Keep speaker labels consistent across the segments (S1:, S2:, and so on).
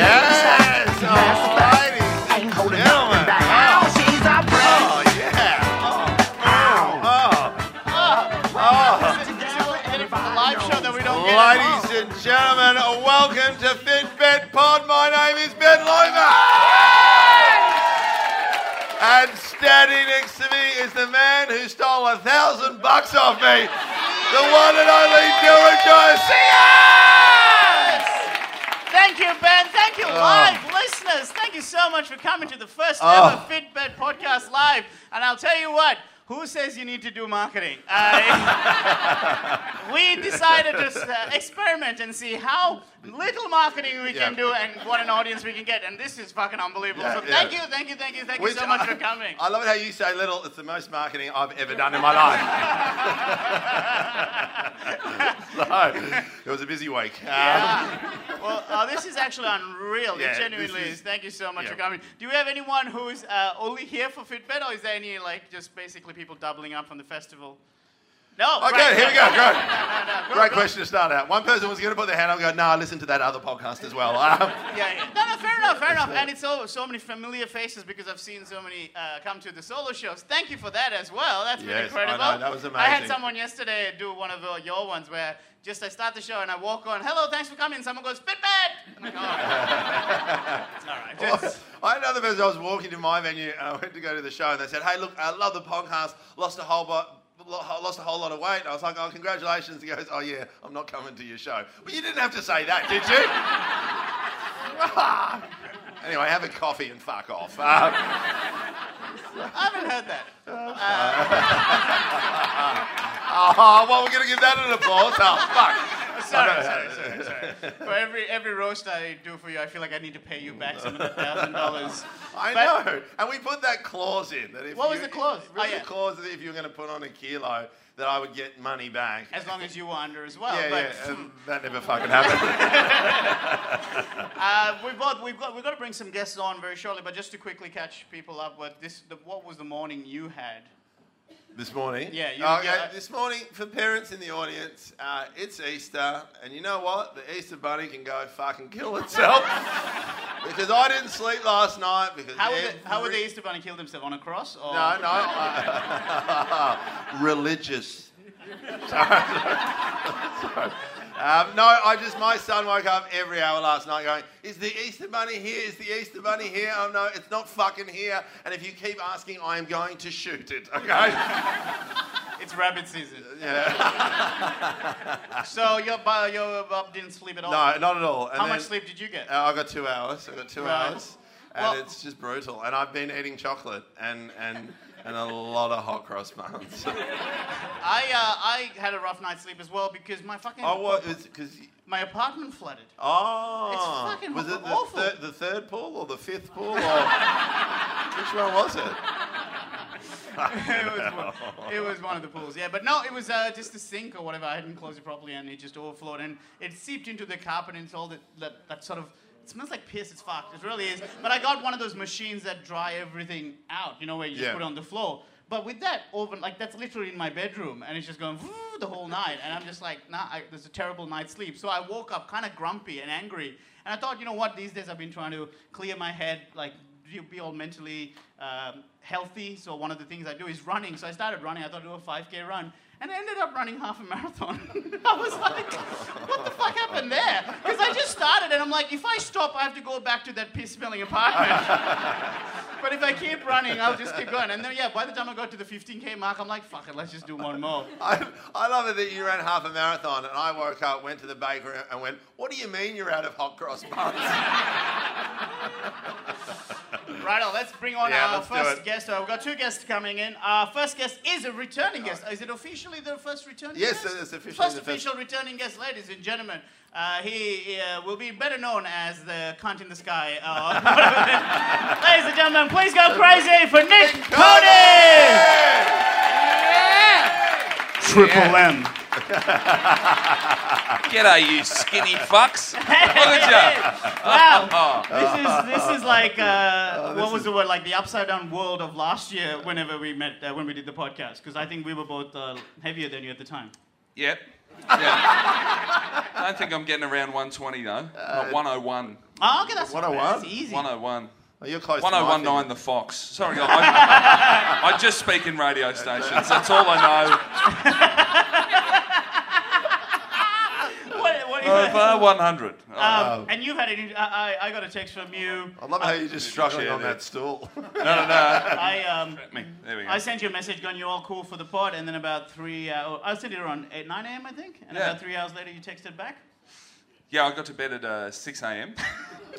S1: Oh, Oh, Ladies and gentlemen, welcome to Fitbit Pod. My name is Ben Lover. And standing next to me is the man who stole a thousand bucks off me, the one and only Dylan Garcia!
S2: Thank you, Ben. Thank you, live listeners. Thank you so much for coming to the first ever
S1: Oh. Oh.
S2: Fitbit podcast live. And I'll tell you what. Who says you need to do marketing? Uh, we decided to uh, experiment and see how little marketing we
S1: Yeah.
S2: can do and what an audience we can get. And this is fucking unbelievable.
S1: Yeah,
S2: so
S1: yeah.
S2: thank you, thank you, thank you, thank you so much for coming.
S1: I love it how you say little. It's the most marketing I've ever done in my life. so, it was a busy week. Uh,
S2: Well, uh, this is actually unreal.
S1: Yeah,
S2: it genuinely
S1: this
S2: is.
S1: is-
S2: Thank you so much
S1: yeah.
S2: for coming. Do we have anyone who's uh, only here for Fitbit, or is there any like just basically people doubling up from the festival? No.
S1: Okay,
S2: right,
S1: here we go. Great.
S2: no, no, no, go,
S1: Great
S2: go.
S1: question to start out. One person was going to put their hand up and go, no, I listened to that other podcast as well. Um,
S2: Yeah, yeah. No, no, fair enough, fair enough. And it's so so many familiar faces because I've seen so many uh, come to the solo shows. Thank you for that as well. That's been
S1: Yes, I know,
S2: incredible.
S1: that was
S2: I had
S1: amazing.
S2: someone yesterday do one of uh, your ones where just I start the show and I walk on. Hello, thanks for coming. Someone goes Fitbit. I'm like, oh. it's all right. Just,
S1: I had another person, I was walking to my venue and I went to go to the show and they said, hey, look, I love the podcast, lost a whole lot. Lost a whole lot of weight. And I was like, "Oh, congratulations!" He goes, "Oh yeah, I'm not coming to your show." Well, you didn't have to say that, did you? anyway, have a coffee and fuck off. Um,
S2: I haven't heard that.
S1: oh, well, we're gonna give that an applause. Oh, fuck.
S2: Sorry, sorry, sorry, sorry. For every every roast I do for you, I feel like I need to pay you back some of the thousand dollars.
S1: I
S2: But-
S1: know. And we put that clause in that if
S2: What
S1: you,
S2: was the clause?
S1: Really
S2: Oh, yeah.
S1: the clause that if you were going to put on a kilo, that I would get money back.
S2: As long as you were under as well.
S1: yeah,
S2: but
S1: yeah. um, And that never fucking happened.
S2: uh, we both we've got we've got to bring some guests on very shortly. But just to quickly catch people up, what this the, what was the morning you had?
S1: this morning.
S2: Yeah, you-
S1: okay.
S2: yeah.
S1: This morning, for parents in the audience, uh, it's Easter, and you know what? The Easter bunny can go fucking kill itself. because I didn't sleep last night. Because
S2: How would the, how would
S1: every-
S2: the Easter Bunny kill himself on a cross? Or?
S1: No, no. I- uh, religious. Sorry. Um, no, I just, my son woke up every hour last night going, Is the Easter Bunny here? Is the Easter Bunny here? Oh no, it's not fucking here. And if you keep asking, I am going to shoot it, okay?
S2: It's rabbit season.
S1: Yeah.
S2: So your bu- your bub didn't sleep at all.
S1: No, not at all. And
S2: How
S1: then-
S2: much sleep did you get?
S1: Uh, I got two hours. I got two
S2: Right.
S1: hours. And
S2: Well-
S1: it's just brutal. And I've been eating chocolate and, and, and a lot of hot cross buns.
S2: I uh, I had a rough night's sleep as well because my fucking
S1: oh, what? Because
S2: my apartment flooded.
S1: Oh,
S2: It's fucking
S1: was
S2: aw-
S1: it the,
S2: awful.
S1: thir- the third pool or the fifth pool? Or which one was it?
S2: it, was one, it was one of the pools, yeah. But no, it was uh, just the sink or whatever. I hadn't closed it properly and it just overflowed and it seeped into the carpet and it's all that, that, that sort of. It smells like piss, it's fucked. It really is. But I got one of those machines that dry everything out, you know, where you just
S1: Yeah.
S2: put it on the floor. But with that oven, like that's literally in my bedroom, and it's just going "Vroom" the whole night, and I'm just like, nah, I, there's a terrible night's sleep. So I woke up kind of grumpy and angry, and I thought, you know what? These days I've been trying to clear my head, like you be all mentally um, healthy. So one of the things I do is running. So I started running. I thought I'd do a 5K run, and I ended up running half a marathon. I was like, what the fuck happened there? Because I just started, and I'm like, if I stop, I have to go back to that piss-smelling apartment. But if I keep running, I'll just keep going. And then, yeah, by the time I got to the 15K mark, I'm like, fuck it, let's just do one more.
S1: I, I love it that you ran half a marathon, and I woke up, went to the bakery, and went, "What do you mean you're out of hot cross buns?"
S2: Right on, let's bring on
S1: Yeah,
S2: our
S1: let's do
S2: first
S1: it.
S2: guest. Uh, we've got two guests coming in. Our first guest is a returning guest. Is it officially the first returning
S1: Yes,
S2: guest?
S1: it's officially
S2: First
S1: the first-
S2: official returning guest, ladies and gentlemen. Uh, he uh, will be better known as the cunt in the sky. Uh, ladies and gentlemen, please go crazy for Nick Cody! Triple M.
S3: G'day, you skinny fucks. Look at Oh,
S2: wow. This is this is like uh, what
S1: this
S2: was the word like the upside down world of last year whenever we met uh, when we did the podcast because I think we were both uh, heavier than you at the time.
S3: you. Yep. Yeah. I don't think I'm getting around 120 though. Not 101.
S2: Oh, okay, that's not bad.
S1: 101?
S2: That's easy.
S3: 101.
S1: Oh, you're close. to my
S3: 1019
S1: figure.
S3: the Fox. Sorry, I, I, I just speak in radio stations. That's all I know.
S2: What
S3: Oh, 100. Oh,
S2: Um, and you've had an, I, I, I got a text from you.
S1: I love how you just struggling on that stool.
S3: no, no, no.
S2: I um,
S3: Me. There we go.
S2: I sent you a message going, "You're all cool for the pod," and then about three, uh, I sent it around eight, nine a.m. I think, and
S3: Yeah.
S2: about three hours later, you texted back.
S3: Yeah, I got to bed at uh, 6 a.m.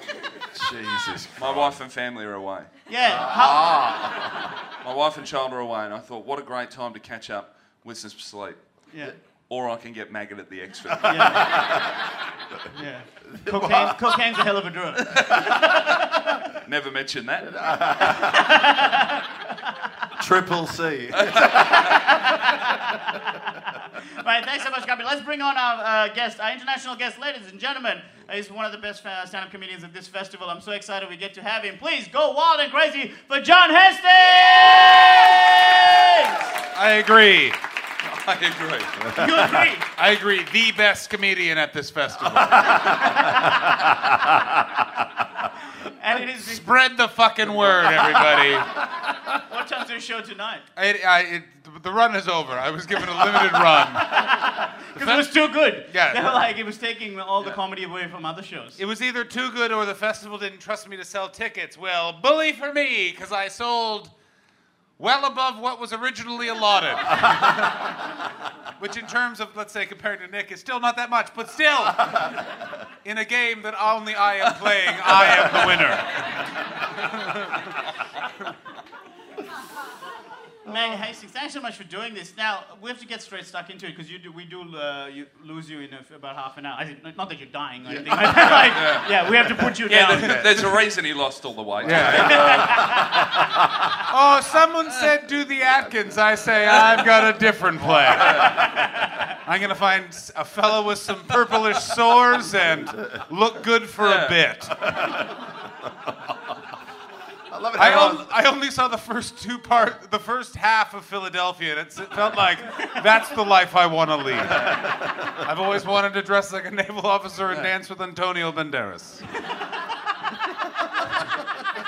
S1: Jesus.
S3: My wife and family are away.
S2: Yeah, how-
S3: My wife and child are away, and I thought, what a great time to catch up with some sleep.
S2: yeah,
S3: Or I can get maggot at the extra.
S2: yeah. yeah. Cocaine, cocaine's a hell of a drug.
S3: Never mentioned that.
S1: Triple C.
S2: Right, thanks so much, Guppy. Let's bring on our uh, guest, our international guest, ladies and gentlemen. He's one of the best uh, stand-up comedians at this festival. I'm so excited we get to have him. Please go wild and crazy for John Heston!
S4: I agree.
S3: I agree.
S2: You agree?
S4: I agree. The best comedian at this festival.
S2: And it is.
S4: Spread the fucking word, everybody.
S2: What time's your show tonight?
S4: It, I, it, the run is over. I was given a limited run.
S2: Because it was too good.
S4: Yeah.
S2: They were like, it was taking all the comedy away from other shows.
S4: It was either too good or the festival didn't trust me to sell tickets. Well, bully for me, because I sold well above what was originally allotted. Which, in terms of, let's say, compared to Nick, is still not that much, but still, in a game that only I am playing, I am the winner.
S2: Meg Hastings, thanks so much for doing this. Now we have to get straight stuck into it because you do, we do uh, you lose you in a, about half an hour. I, think- not that you're dying or anything like that. Like, yeah. we have to put you
S3: Yeah,
S2: down.
S3: there- there's a reason he lost all the weight.
S4: Oh, someone said do the Atkins. I say I've got a different plan. I'm gonna find s- a fellow with some purplish sores and look good for
S3: Yeah.
S4: a bit.
S1: I love it.
S4: I,
S1: how
S4: on- I only saw the first two part, the first half of Philadelphia, and it's, it felt like that's the life I want to lead. I've always wanted to dress like a naval officer and dance with Antonio Banderas.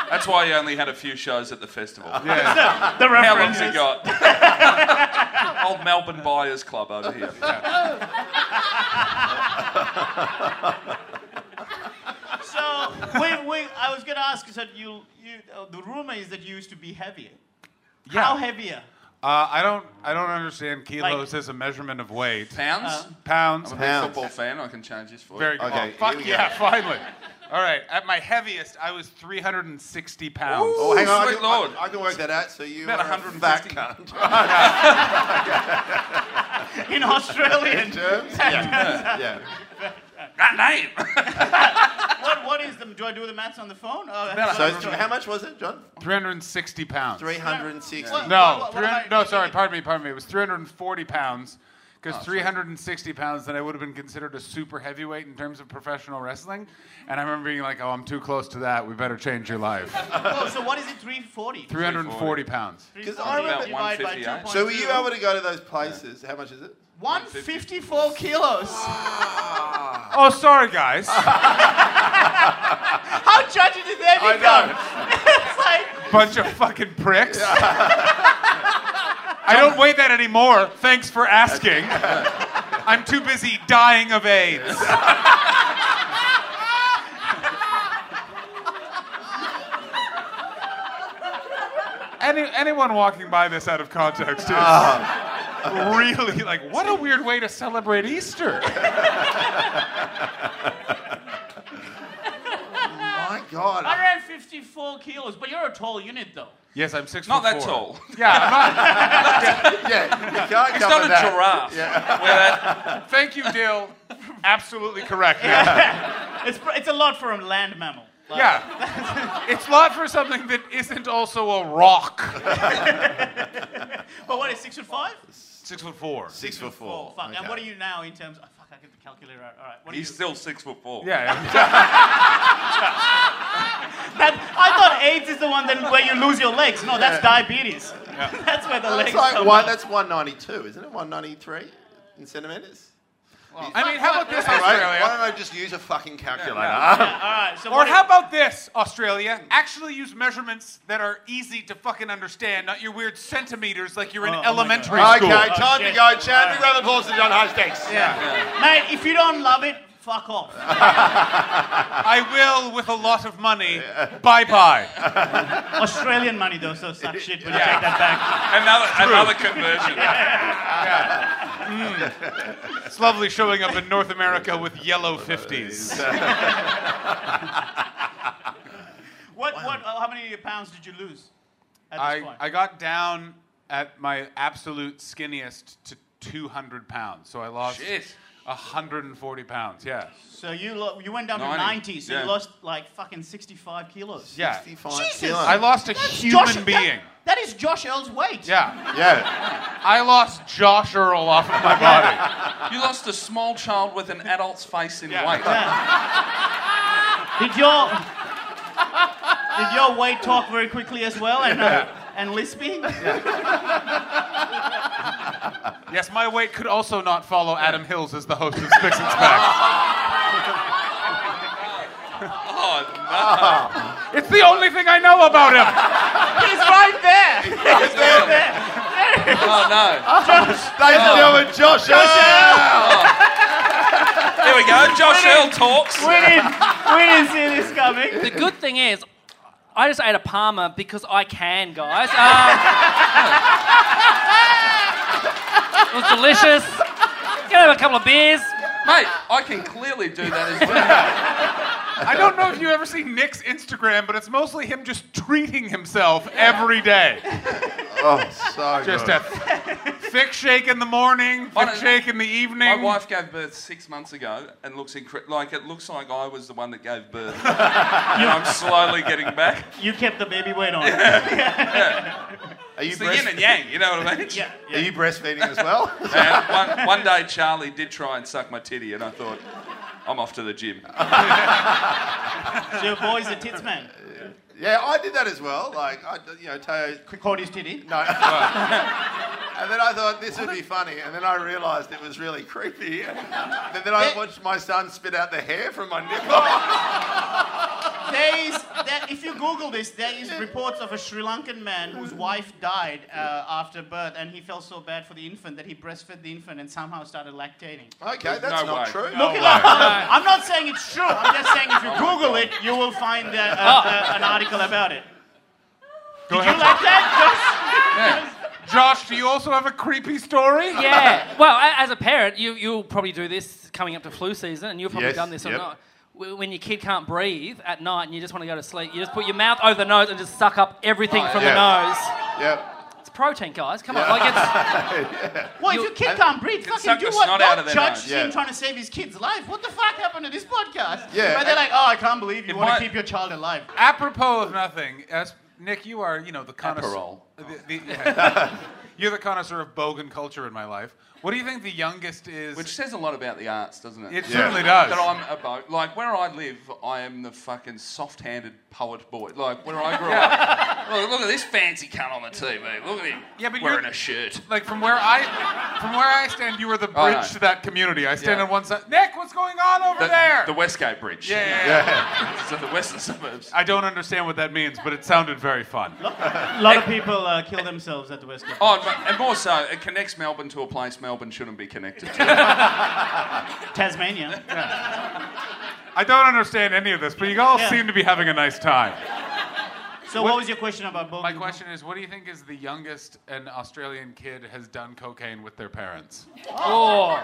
S3: That's why he only had a few shows at the festival.
S4: Yeah.
S2: The
S3: How long's
S2: reference.
S3: he got? Old Melbourne Buyers Club over here.
S2: So we, we, I was going to ask. So you, you, uh, the rumor is that you used to be heavier. How heavier?
S4: Uh, I don't, I don't understand
S2: Like-
S4: kilos as a measurement of weight.
S3: Pounds?
S2: Uh,
S4: Pounds.
S3: I'm a big
S1: Pounds.
S3: football fan. I can change this for you.
S4: Very good.
S1: Okay,
S4: Oh, fuck
S1: here we go.
S4: yeah, finally. All right, at my heaviest, I was 360 pounds.
S3: Ooh.
S1: Oh, hang on. I
S3: Sweet
S1: can,
S3: Lord.
S1: I, I can work that out. So you uh,
S3: About
S1: are a
S3: 150.
S1: fat cunt.
S2: In Australian.
S1: terms. Yeah. yeah.
S3: That name!
S2: what, what is the? Do I do the maths on the phone? Oh,
S1: So it's- how much was it, John?
S4: 360 pounds.
S1: 360.
S2: What-
S4: No,
S2: what- what- what
S4: 300
S2: am I-
S4: no, sorry, pardon me, pardon me. It was 340 pounds because 360 pounds, then I would have been considered a super heavyweight in terms of professional wrestling. And I remember being like, oh, I'm too close to that. We better change your life.
S2: Oh, so what is it? Three forty.
S4: 340 pounds.
S1: 'Cause I remember-
S2: eh?
S1: So were you able to go to those places? How much is it?
S2: 154 kilos.
S4: Oh, sorry, guys.
S2: How judgy did they
S4: I
S2: become? it's like,
S4: Bunch of fucking pricks. I don't weigh that anymore. Thanks for asking. I'm too busy dying of AIDS. Any, anyone walking by this out of context is really like, what a weird way to celebrate Easter.
S1: My God.
S2: 154 kilos, but you're a tall unit though.
S4: Yes, I'm six
S3: Not
S4: foot
S3: that
S4: four.
S3: tall.
S4: Yeah, I'm not.
S1: Yeah, you can't
S3: It's
S1: cover
S3: not a
S1: that.
S3: giraffe. Where that,
S4: Thank you, Dill. Absolutely correct.
S2: It's pr- it's a lot for a land mammal. Like,
S4: Yeah. it's lot for something that isn't also a rock.
S2: But what is six foot five?
S4: Six foot four.
S1: Six foot
S2: Oh,
S1: four.
S2: fuck. And
S1: Okay.
S2: what are you now in terms? Oh, fuck, I get the calculator out. All right. What are
S3: he's
S2: you?
S3: still six foot four.
S4: Yeah.
S2: That, I thought AIDS is the one that where you lose your legs. No, that's diabetes. that's where the legs
S1: That's like
S2: come
S1: one,
S2: out.
S1: that's 192, isn't it? 193 in centimeters?
S4: I mean, how about this,
S1: All right, why
S4: Australia?
S1: don't I just use a fucking calculator?
S2: All right. So
S4: Or
S2: what
S4: how
S2: is-
S4: about this, Australia? Actually use measurements that are easy to fucking understand, not your weird centimeters like you're in
S2: Oh, oh my
S4: elementary
S2: God.
S4: school.
S1: Okay, time
S2: Oh, shit.
S1: to go. Chad, big round of applause to John Hastings.
S2: Yeah. Mate, if you don't love it, fuck off.
S4: I will with a lot of money. Bye bye.
S2: Australian money though, so suck shit when
S4: Yeah.
S2: you take that back.
S3: Another, another conversion.
S4: It's lovely showing up in North America with yellow 50s.
S2: What, what, uh, how many pounds did you lose at this
S4: I,
S2: point?
S4: I got down at my absolute skinniest to 200 pounds. So I lost
S3: Shit.
S4: 140 pounds. Yeah.
S2: so you, lo- you went down to
S3: 90,
S2: 90, so
S3: yeah.
S2: you lost like fucking 65 kilos.
S4: Yeah.
S1: 65
S2: Jesus.
S1: kilos.
S4: I lost a human
S2: that-
S4: being.
S2: that is Josh Earl's weight.
S4: Yeah.
S1: Yeah.
S4: I lost Josh Earl off of my body.
S3: You lost a small child with an adult's face in
S4: Yeah.
S3: weight.
S2: Yeah. Did your did your weight talk very quickly as well and uh, and lispy?
S4: Yes, my weight could also not follow Adam Hills as the host of Spix and Spacks.
S3: Oh, no.
S4: It's the only thing I know about him.
S2: He's right there. He's right there.
S3: Oh, no.
S1: Ladies
S4: Oh.
S1: and gentlemen, Josh. Earl.
S3: There we go. Josh Earl talks.
S2: We didn't we didn't see this coming.
S5: The good thing is, I just ate a Palmer because I can, guys. Um, it was delicious. Gonna have a couple of beers.
S3: Mate, I can clearly do that as well.
S4: I don't know if you ever see Nick's Instagram, but it's mostly him just treating himself every day.
S1: Oh, so
S4: Just
S1: good.
S4: a thick shake in the morning,
S3: I
S4: thick
S3: don't-
S4: shake in the evening.
S3: My wife gave birth six months ago and looks incre- like it looks like I was the one that gave birth. and I'm slowly getting back.
S2: You kept the baby weight on.
S1: Are you
S3: It's the yin
S1: breastfeeding?
S3: and yang, you know what I mean?
S2: Yeah.
S1: Are you breastfeeding as well?
S3: And one, one day Charlie did try and suck my titty, and I thought, I'm off to the gym.
S2: So your boy's a tits man.
S1: yeah, I did that as well. Like, I, you know, Teo.
S2: Cody's titty.
S1: No. and then I thought this would be funny, and then I realised it was really creepy. And then
S3: Eh.
S1: I watched my son spit out the hair from my nipple.
S2: There is that if you Google this, there is reports of a Sri Lankan man whose wife died uh, after birth, and he felt so bad for the infant that he breastfed the infant and somehow started lactating.
S1: Okay, that's
S3: no
S1: not
S3: way.
S1: true.
S2: Look it up. I'm not saying it's true. I'm just saying if you Google it, you will find uh, uh, uh, an article about it.
S4: Go
S2: You
S4: ahead.
S2: like that?
S4: Josh, do you also have a creepy story?
S5: Yeah. Well, a- as a parent, you, you'll probably do this coming up to flu season, and you've probably
S1: Yes,
S5: done this or
S1: yep.
S5: not. Wh- When your kid can't breathe at night and you just want to go to sleep, you just put your mouth over the nose and just suck up everything from
S1: Oh, Yeah.
S5: the nose.
S1: Yeah.
S5: It's protein, guys. Come on. Like it's.
S2: Just, well, if your kid can't breathe,
S3: suck
S2: fucking do
S3: the
S2: what?
S3: snot out of
S2: Don't
S3: their
S2: judge
S3: nose.
S2: him
S1: Yeah.
S2: trying to save his kid's life. What the fuck happened to this podcast?
S1: Yeah,
S2: But they're
S1: I-
S2: like, oh, I can't believe you want
S3: might-
S2: to keep your child alive.
S4: Apropos of nothing, as Nick, you are, you know, the connoisseur.
S3: Aperol.
S4: the- the- yeah. You're the connoisseur of bogan culture in my life. What do you think the youngest is?
S3: Which says a lot about the arts, doesn't it?
S4: it
S1: Yeah.
S4: certainly does.
S3: That I'm about. Like, where I live, I am the fucking soft handed poet boy. Like, where I grew up. Look, look at this fancy cunt on the TV. Look at him.
S4: Yeah, but
S3: Wearing
S4: you're-
S3: a shirt.
S4: like from where I, from where I stand, you are the bridge
S3: Oh, no.
S4: to that community. I stand
S3: Yeah.
S4: on one side. Nick, what's going on over
S3: The,
S4: there?
S3: the Westgate Bridge.
S4: yeah, yeah, yeah.
S1: Yeah.
S3: So the western suburbs.
S4: I don't understand what that means, but it sounded very fun.
S2: A lot of people uh, kill themselves at the West Coast.
S3: Oh, and- and more so, it connects Melbourne to a place Melbourne shouldn't be connected to.
S2: Tasmania.
S4: I don't understand any of this, but you all
S2: Yeah.
S4: seem to be having a nice time.
S2: So what, was your question about Bogan?
S4: My question is, what do you think is the youngest an Australian kid has done cocaine with their parents?
S5: Oh.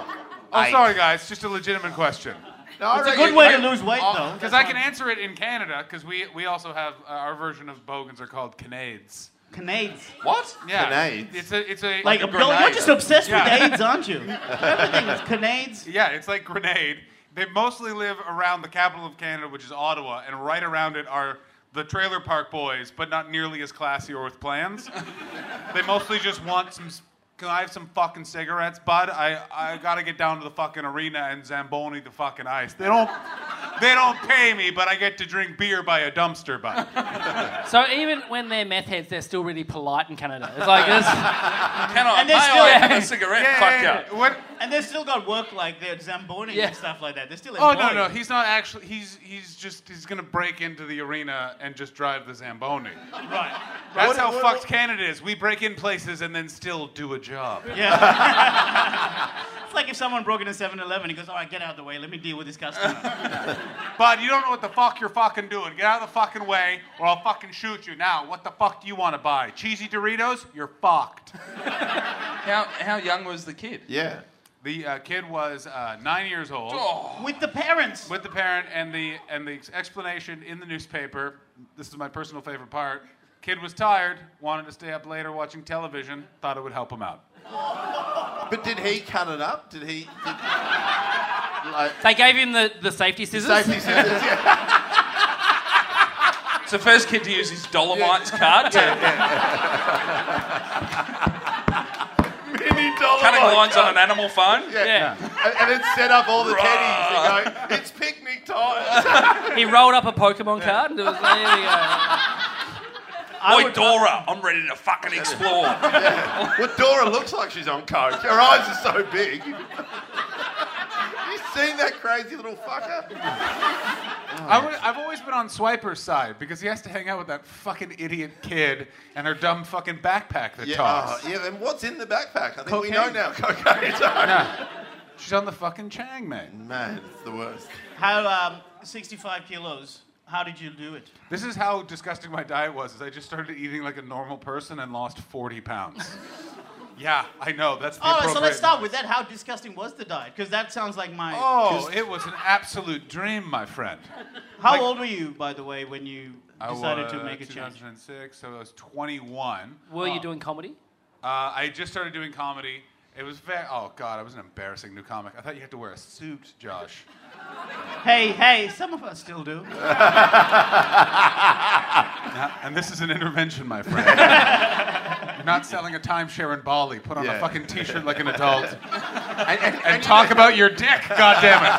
S4: Oh, sorry, guys, just a legitimate question.
S1: No, I
S2: It's a
S1: reckon-
S2: good way to lose weight, though.
S4: Because I can answer it in Canada, because we, we also have uh, our version of bogans are called canades.
S2: Canades.
S3: What?
S4: Yeah,
S1: Canades?
S4: It's a it's a
S2: Like,
S3: Like a
S2: Bill, you're
S3: grenade.
S2: just obsessed
S4: Yeah.
S2: with AIDS, aren't you? Everything is canades.
S4: yeah, it's like grenade. They mostly live around the capital of Canada, which is Ottawa, and right around it are the trailer park boys, but not nearly as classy or with plans. they mostly just want some. s- Can I have some fucking cigarettes, bud? I I gotta get down to the fucking arena and zamboni the fucking ice. They don't. They don't pay me, but I get to drink beer by a dumpster, bud.
S5: So even when they're meth heads, they're still really polite in Canada. It's like this.
S3: Can I?
S2: And they're
S3: may
S2: still-
S3: I have a cigarette? Fuck yeah.
S4: What?
S2: And they've still got work like they're zamboning
S5: Yeah.
S2: and stuff like that. They're still
S4: Oh
S2: employed.
S4: no, no, he's not actually. He's he's just he's gonna break into the arena and just drive the zamboni.
S2: Right.
S4: That's
S1: What-
S4: how
S1: what-
S4: fucked Canada is. We break in places and then still do a job.
S2: Yeah. it's like if someone broke into 7 Eleven. He goes, All right, get out of the way. Let me deal with this customer.
S4: Bud, you don't know what the fuck you're fucking doing. Get out of the fucking way, or I'll fucking shoot you. Now, what the fuck do you want to buy? Cheesy Doritos? You're fucked.
S3: How, how young was the kid?
S1: Yeah.
S4: The uh, kid was uh, nine years old.
S3: Oh,
S2: with the parents.
S4: with the parent and the and the explanation in the newspaper. This is my personal favorite part. Kid was tired, wanted to stay up later watching television, thought it would help him out.
S1: But did he cut it up? Did he? Did, like,
S5: They gave him the, the safety scissors.
S1: safety scissors. Yeah.
S3: it's the first kid to use his Dolomites card to
S1: Mini dollar.
S3: cutting
S1: bill.
S3: lines on an animal phone.
S1: Oh, Yeah.
S5: Yeah.
S1: And, and it set up all the teddies. They go, it's picnic time.
S5: He rolled up a Pokemon card and it was there you go.
S2: I
S3: Oi,
S2: would-
S3: Dora, I'm ready to fucking explore.
S1: well, Dora looks like she's on coke. Her eyes are so big. you seen that crazy little fucker?
S4: I w- I've always been on Swiper's side because he has to hang out with that fucking idiot kid and her dumb fucking backpack that
S1: Yeah.
S4: talks.
S2: uh,
S1: oh, yeah. Then what's in the backpack? I think we
S4: Cocaine.
S1: know now. Cocaine. So-
S4: She's on the fucking Chang, man.
S1: Man, it's the worst.
S2: How, um, 65 kilos. How did you do it?
S4: This is how disgusting my diet was. Is I just started eating like a normal person and lost 40 pounds. yeah, I know. That's the
S2: All right, Oh, so
S4: appropriate
S2: let's start
S4: noise.
S2: with that. How disgusting was the diet? Because that sounds like my.
S4: Oh, it was an absolute dream, my friend.
S2: How
S4: like-
S2: old were you, by the way, when you decided
S4: was
S2: to make a change?
S4: 2006, so I was 21.
S5: Were you doing comedy?
S4: Uh, I had just started doing comedy. It was very. Oh God, I was an embarrassing new comic. I thought you had to wear a suit, Josh.
S2: Hey, hey, some of us still do.
S4: Yeah, and this is an intervention, my friend. You're not selling a timeshare in Bali. Put on
S1: Yeah.
S4: a fucking T-shirt like an adult
S1: And, and,
S4: and talk about your dick. God damn it.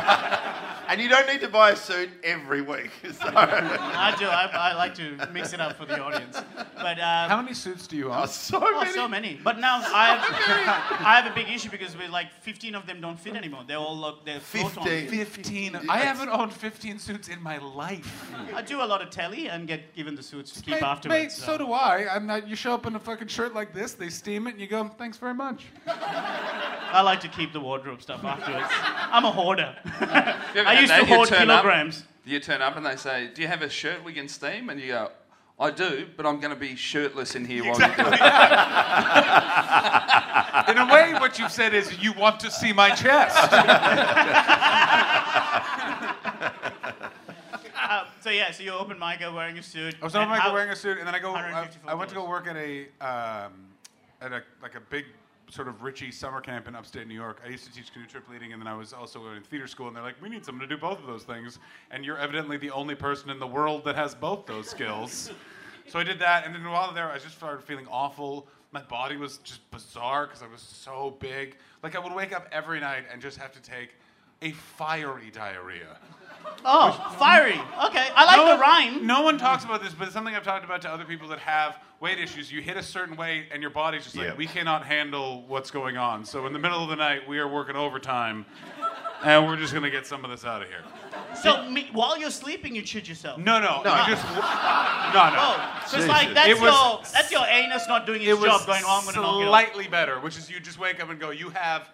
S1: And you don't need to buy a suit every week. So,
S2: I do. I, I like to mix it up for the audience. But um,
S4: How many suits do you own?
S1: so
S2: oh,
S1: many.
S2: so many. But now I have, I have a big issue because we're like 15 of them don't fit anymore. They all look they're float on.
S1: 15.
S4: Fifteen. I haven't owned fifteen suits in my life.
S2: I do a lot of telly and get given the suits to keep
S4: Mate,
S2: afterwards.
S4: mate, so do I. I'm not, you show up in a fucking shirt like this, they steam it, and you go, "Thanks very much."
S2: I like to keep the wardrobe stuff afterwards. I'm a hoarder.
S3: ever
S2: I
S3: had
S2: used to
S3: that? You
S2: hoard
S3: turn up-
S2: kilograms.
S3: You turn up and they say, Do you have a shirt we can steam? And you go, I do, but I'm going to be shirtless in here while you do it.
S4: In a way, what you've said is you want to see my chest.
S2: Uh, so yeah, so you're open mic, you're wearing a suit.
S4: I was on my wearing a suit, and then I go. I,
S2: 154
S4: I went to go work at a um, at a like a big sort of Richie summer camp in upstate New York. I used to teach canoe trip leading, and then I was also in theater school. And they're like, "We need someone to do both of those things," and you're evidently the only person in the world that has both those skills. So I did that, and then while there, I just started feeling awful. My body was just bizarre because I was so big. Like I would wake up every night and just have to take a fiery diarrhea.
S2: Oh, fiery. Okay, I like the rhyme.
S4: No one talks about this, but it's something I've talked about to other people that have weight issues. You hit a certain weight, and your body's just like,
S1: Yep.
S4: we cannot handle what's going on. So in the middle of the night, we are working overtime, and we're just gonna get some of this out of here.
S2: So me, while you're sleeping, you chid yourself.
S4: No, no,
S1: No.
S4: you just no, no.
S2: Oh, so it's
S1: Jesus.
S2: like that's
S4: It was
S2: your that's your anus not doing its
S4: It was
S2: job. Going, oh, I'm gonna knock it off.
S4: slightly better, which is you just wake up and go, you have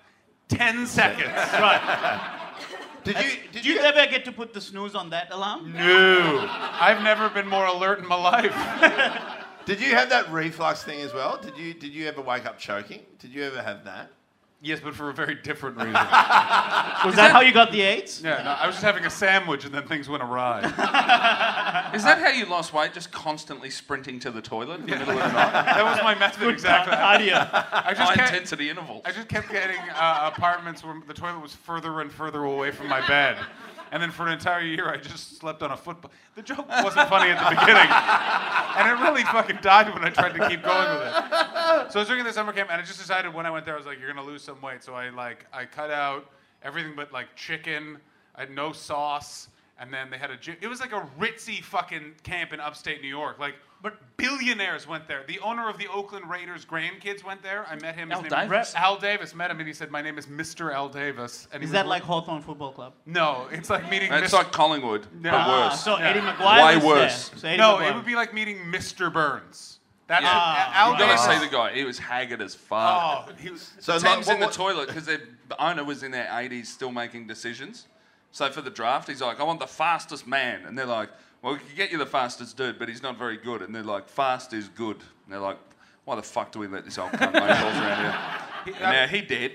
S4: ten seconds.
S2: Right.
S1: Did you? Did
S2: Did you
S1: you?
S2: ever get to put the snooze on that alarm?
S4: no, I've never been more alert in my life.
S1: Did you have that reflux thing as well? Did you? Did you ever wake up choking? Did you ever have that?
S4: Yes, but for a very different reason.
S2: Was that how you got the AIDS?
S4: Yeah, no, I was just having a sandwich and then things went awry.
S3: Is that how you lost weight? Just constantly sprinting to the toilet in the middle of the night?
S4: That was my method exactly.
S2: Cardio.
S4: I just
S3: High
S4: kept,
S3: intensity intervals.
S4: I just kept getting uh, apartments where the toilet was further and further away from my bed. And then for an entire year, I just slept on a football. The joke wasn't funny at the beginning. And it really fucking died when I tried to keep going with it. So I was doing the summer camp, and I just decided when I went there, I was like, you're going to lose some weight. So I, like, I cut out everything but, like, chicken. I had no sauce. And then they had a gym. It was like a ritzy fucking camp in upstate New York. Like, but billionaires went there. The owner of the Oakland Raiders grandkids went there. I met him. His
S3: Al
S4: name
S3: Davis?
S4: Brett- Al Davis met him and he said, "My name is Mr. Al Davis." And he
S2: Is
S4: was
S2: that like Hawthorn Football Club?
S4: No, it's like meeting.
S3: it's
S4: Mr.
S3: like Collingwood,
S4: Yeah.
S3: but
S2: Ah,
S3: worse.
S2: so
S4: Yeah.
S2: Eddie McGuire
S3: Way
S2: was
S3: worse.
S2: there. So Eddie
S4: no,
S2: Maguire-
S4: it would be like meeting Mr. Burns. That's
S3: Yeah.
S4: uh,
S2: Oh,
S4: Al
S3: You've got to
S4: Davis.
S3: see the guy. He was haggard as fuck.
S4: Oh, he was,
S1: So
S3: Teams
S1: like,
S3: in the
S1: what-
S3: toilet because the owner was in their 80s still making decisions. So for the draft, he's like, I want the fastest man. And they're like, well, we can get you the fastest dude, but he's not very good. And they're like, fast is good. And they're like, why the fuck do we let this old cunt make balls around here? And now he did.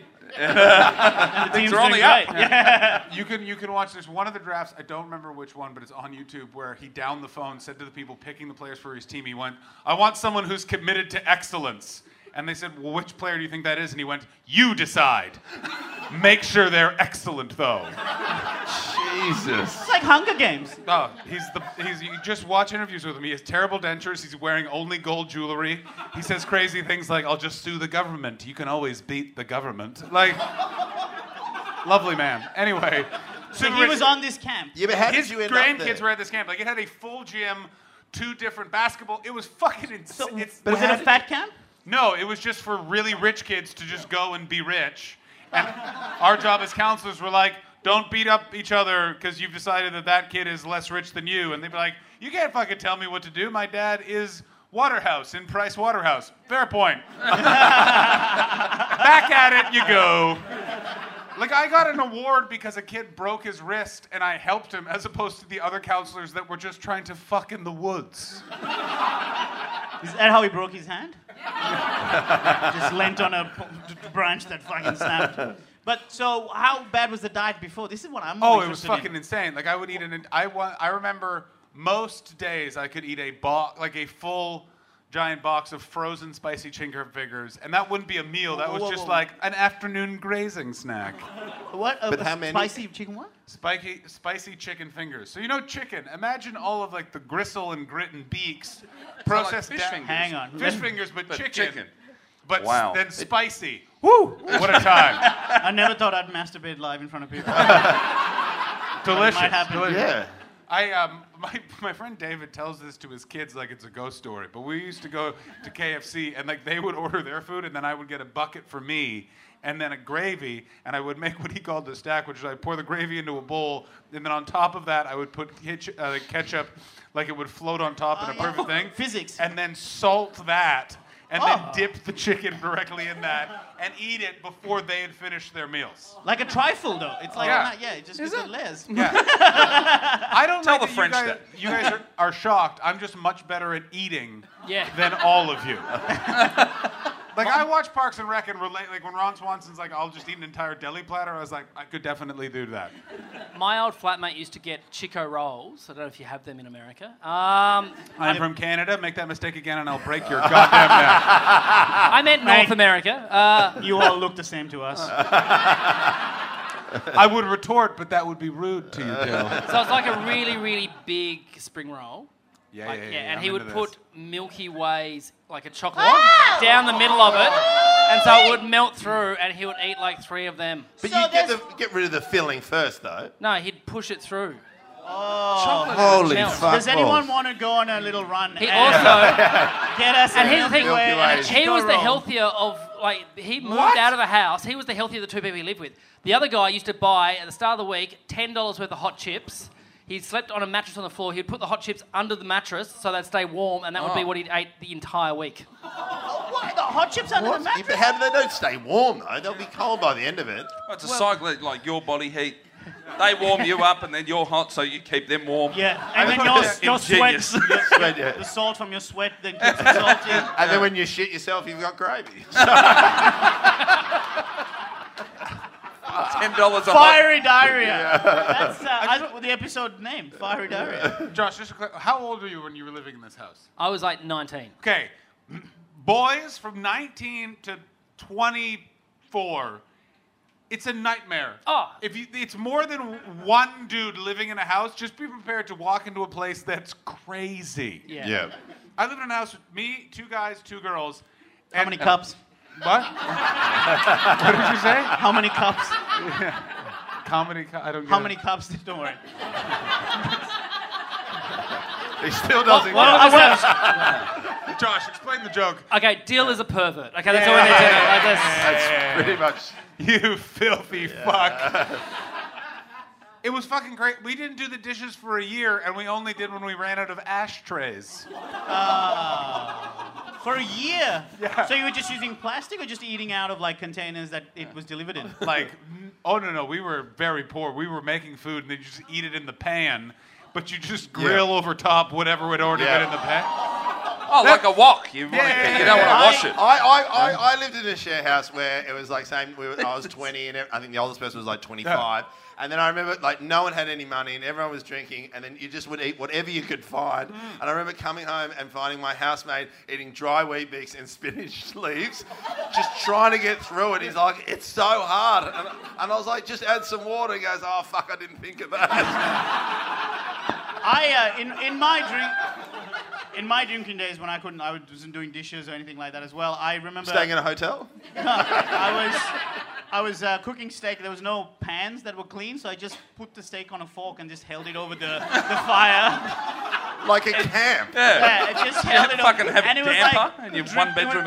S2: The team's
S3: are on
S2: doing
S3: the up.
S2: great.
S4: you can you can watch. There's one of the drafts. I don't remember which one, but it's on YouTube where he downed the phone, said to the people picking the players for his team, he went, "I want someone who's committed to excellence." And they said, "Well, which player do you think that is?" And he went, "You decide. Make sure they're excellent, though."
S1: Jesus.
S2: It's like Hunger Games.
S4: Oh, he's the he's you just watch interviews with him. He has terrible dentures. He's wearing only gold jewelry. He says crazy things like, "I'll just sue the government. You can always beat the government." Like, lovely man. Anyway,
S2: So he was on this camp.
S1: Yeah, but how
S4: his
S1: did you end up there?
S4: grandkids were at this camp. Like, it had a full gym, two different basketball. It was fucking
S2: So
S4: insane. it's,
S2: was it a fat camp?
S4: no, it was just for really rich kids to just go and be rich. And our job as counselors were like, don't beat up each other because you've decided that that kid is less rich than you. And they'd be like, you can't fucking tell me what to do. My dad is Waterhouse in Price Waterhouse. Fair point. Back at it you go. Like I got an award because a kid broke his wrist and I helped him, as opposed to the other counselors that were just trying to fuck in the woods.
S2: Is that how he broke his hand? Just leant on a p- d- branch that fucking snapped. But so, how bad was the diet before? This is what I'm. more
S4: Oh, it was
S2: interested in.
S4: fucking insane. Like I would eat an. I wa- I remember most days I could eat a box, like a full giant box of frozen spicy chinker fingers, and that wouldn't be a meal. That was
S2: Whoa, whoa,
S4: just
S2: whoa.
S4: like an afternoon grazing snack.
S2: What? Uh,
S1: But how many?
S2: Spicy chicken what?
S4: Spiky, spicy chicken fingers. So you know chicken. Imagine all of like the gristle and grit and beaks,
S3: like
S4: processed
S3: fish
S4: da-
S3: fingers.
S2: Hang on.
S4: fish fingers, but,
S3: But
S4: chicken.
S3: chicken.
S4: But s-
S3: Wow.
S4: then spicy. Woo! What a time.
S2: I never thought I'd masturbate live in front of people.
S4: Delicious.
S2: Might happen.
S4: Delicious.
S1: Yeah.
S4: I um, my my friend David tells this to his kids like it's a ghost story. But we used to go to KFC and like they would order their food and then I would get a bucket for me and then a gravy and I would make what he called the stack, which is I pour the gravy into a bowl and then on top of that I would put ketchup, uh, ketchup like it would float on top in
S2: Oh,
S4: a
S2: yeah.
S4: perfect thing.
S2: Physics.
S4: And then salt that. And
S2: Oh.
S4: then dip the chicken directly in that and eat it before they had finished their meals.
S2: Like a trifle, though. It's like,
S4: Yeah.
S2: yeah, yeah it just gives it layers.
S4: I don't
S3: Tell the
S4: know that
S3: French
S4: you guys,
S3: that.
S4: you guys are, are shocked. I'm just much better at eating
S5: Yeah.
S4: than all of you. like I watch Parks and Rec and relate. Like when Ron Swanson's like, "I'll just eat an entire deli platter," I was like, "I could definitely do that."
S5: My old flatmate used to get Chico rolls. I don't know if you have them in America. Um,
S4: I'm from Canada. Make that mistake again, and I'll break your goddamn neck.
S5: I meant North America. Uh,
S2: You all look the same to
S1: Uh,
S2: us.
S4: I would retort, but that would be rude to you, Dale.
S5: so it's like a really, really big spring roll.
S4: Yeah,
S5: Like, yeah, and
S4: I'm
S5: he would
S4: into
S5: put
S4: this.
S5: Milky Ways, like a chocolate, down the middle of it, and so it would melt through, and he would eat like three of them.
S1: But
S2: So
S1: you get, the,
S2: there's-
S1: get rid of the filling first, though.
S5: No, he'd push it through.
S1: Holy
S5: Melt.
S1: fuck.
S2: Does anyone
S1: balls.
S2: want to go on a little run
S5: He
S2: and
S5: also,
S2: get us
S5: and
S2: a
S5: here's the thing,
S2: Milky Way and a
S1: Ways.
S5: he
S2: Chico
S5: was the
S2: roll?
S5: healthier of, like, he moved
S4: What?
S5: out of the house. He was the healthier of the two people he lived with. The other guy used to buy, at the start of the week, $10 worth of hot chips. He slept on a mattress on the floor. He'd put the hot chips under the mattress so they'd stay warm, and that would be
S3: Oh.
S5: what he'd ate the entire week.
S2: What? The hot chips under the
S1: What? If-
S2: mattress?
S1: How do they don't stay warm, though? They'll be cold by the end of it.
S3: It's a cycle of, like your body heat. They warm you up and then you're hot, so you keep them warm.
S2: Yeah, and then
S3: thought
S2: your,
S3: it
S2: your
S3: was
S2: sweat,
S3: ingenious.
S1: That's when you-
S2: the salt from your sweat then keeps it salty.
S1: And then when you shit yourself, you've got gravy.
S3: Ten dollars a hot.
S2: Fiery diarrhea. That's uh, I don't- the episode name. Fiery diarrhea.
S4: Josh, just to clar- how old were you when you were living in this house?
S5: I was like 19.
S4: Okay, boys from 19 to 24, it's a nightmare.
S5: Oh.
S4: If you, it's more than one dude living in a house, just be prepared to walk into a place that's crazy.
S5: Yeah.
S4: I lived in a house with me, two guys, two girls.
S2: How
S4: and-
S2: many cups?
S4: What? what did you say?
S2: How many cups?
S4: Comedy. Co- I don't. Get
S2: How
S4: it.
S2: many cups? Don't worry.
S1: He still doesn't
S5: Well,
S1: get
S5: I
S1: it.
S5: was-
S4: Josh, explain the joke.
S5: Okay, Dill is a pervert. Okay, that's all we need to know. Like, that's-
S1: That's pretty much.
S4: You filthy fuck. It was fucking great. We didn't do the dishes for a year, and we only did when we ran out of ashtrays.
S2: Uh, for a year. So you were just using plastic or just eating out of like containers that it was delivered in?
S4: like n- oh no no we were very poor we were making food and then you just eat it in the pan but you just grill over top whatever had already
S1: Yeah.
S4: been in the pan
S3: Oh, like a wok. You, wanna-
S4: yeah,
S3: you don't
S4: yeah.
S3: want to wash it.
S1: I, I, I, I lived in a share house where it was like same. We were, I was 20 and I think the oldest person was like 25. And then I remember like no one had any money and everyone was drinking and then you just would eat whatever you could find. And I remember coming home and finding my housemaid eating dry wheat bix and spinach leaves, just trying to get through it. He's like, it's so hard. And, and I was like, just add some water. He goes, oh fuck, I didn't think of that.
S2: I uh, in in my drink. In my drinking days, when I couldn't, I wasn't doing dishes or anything like that as well. I remember
S1: Staying in a hotel.
S2: I was, I was uh, cooking steak. There was no pans that were clean, so I just put the steak on a fork and just held it over the, the fire.
S1: Like a camp.
S2: Yeah, I just held
S3: didn't
S2: it
S3: fucking
S2: over.
S3: have
S2: and it was
S3: damper
S2: like,
S3: in your
S2: drip-
S3: one-bedroom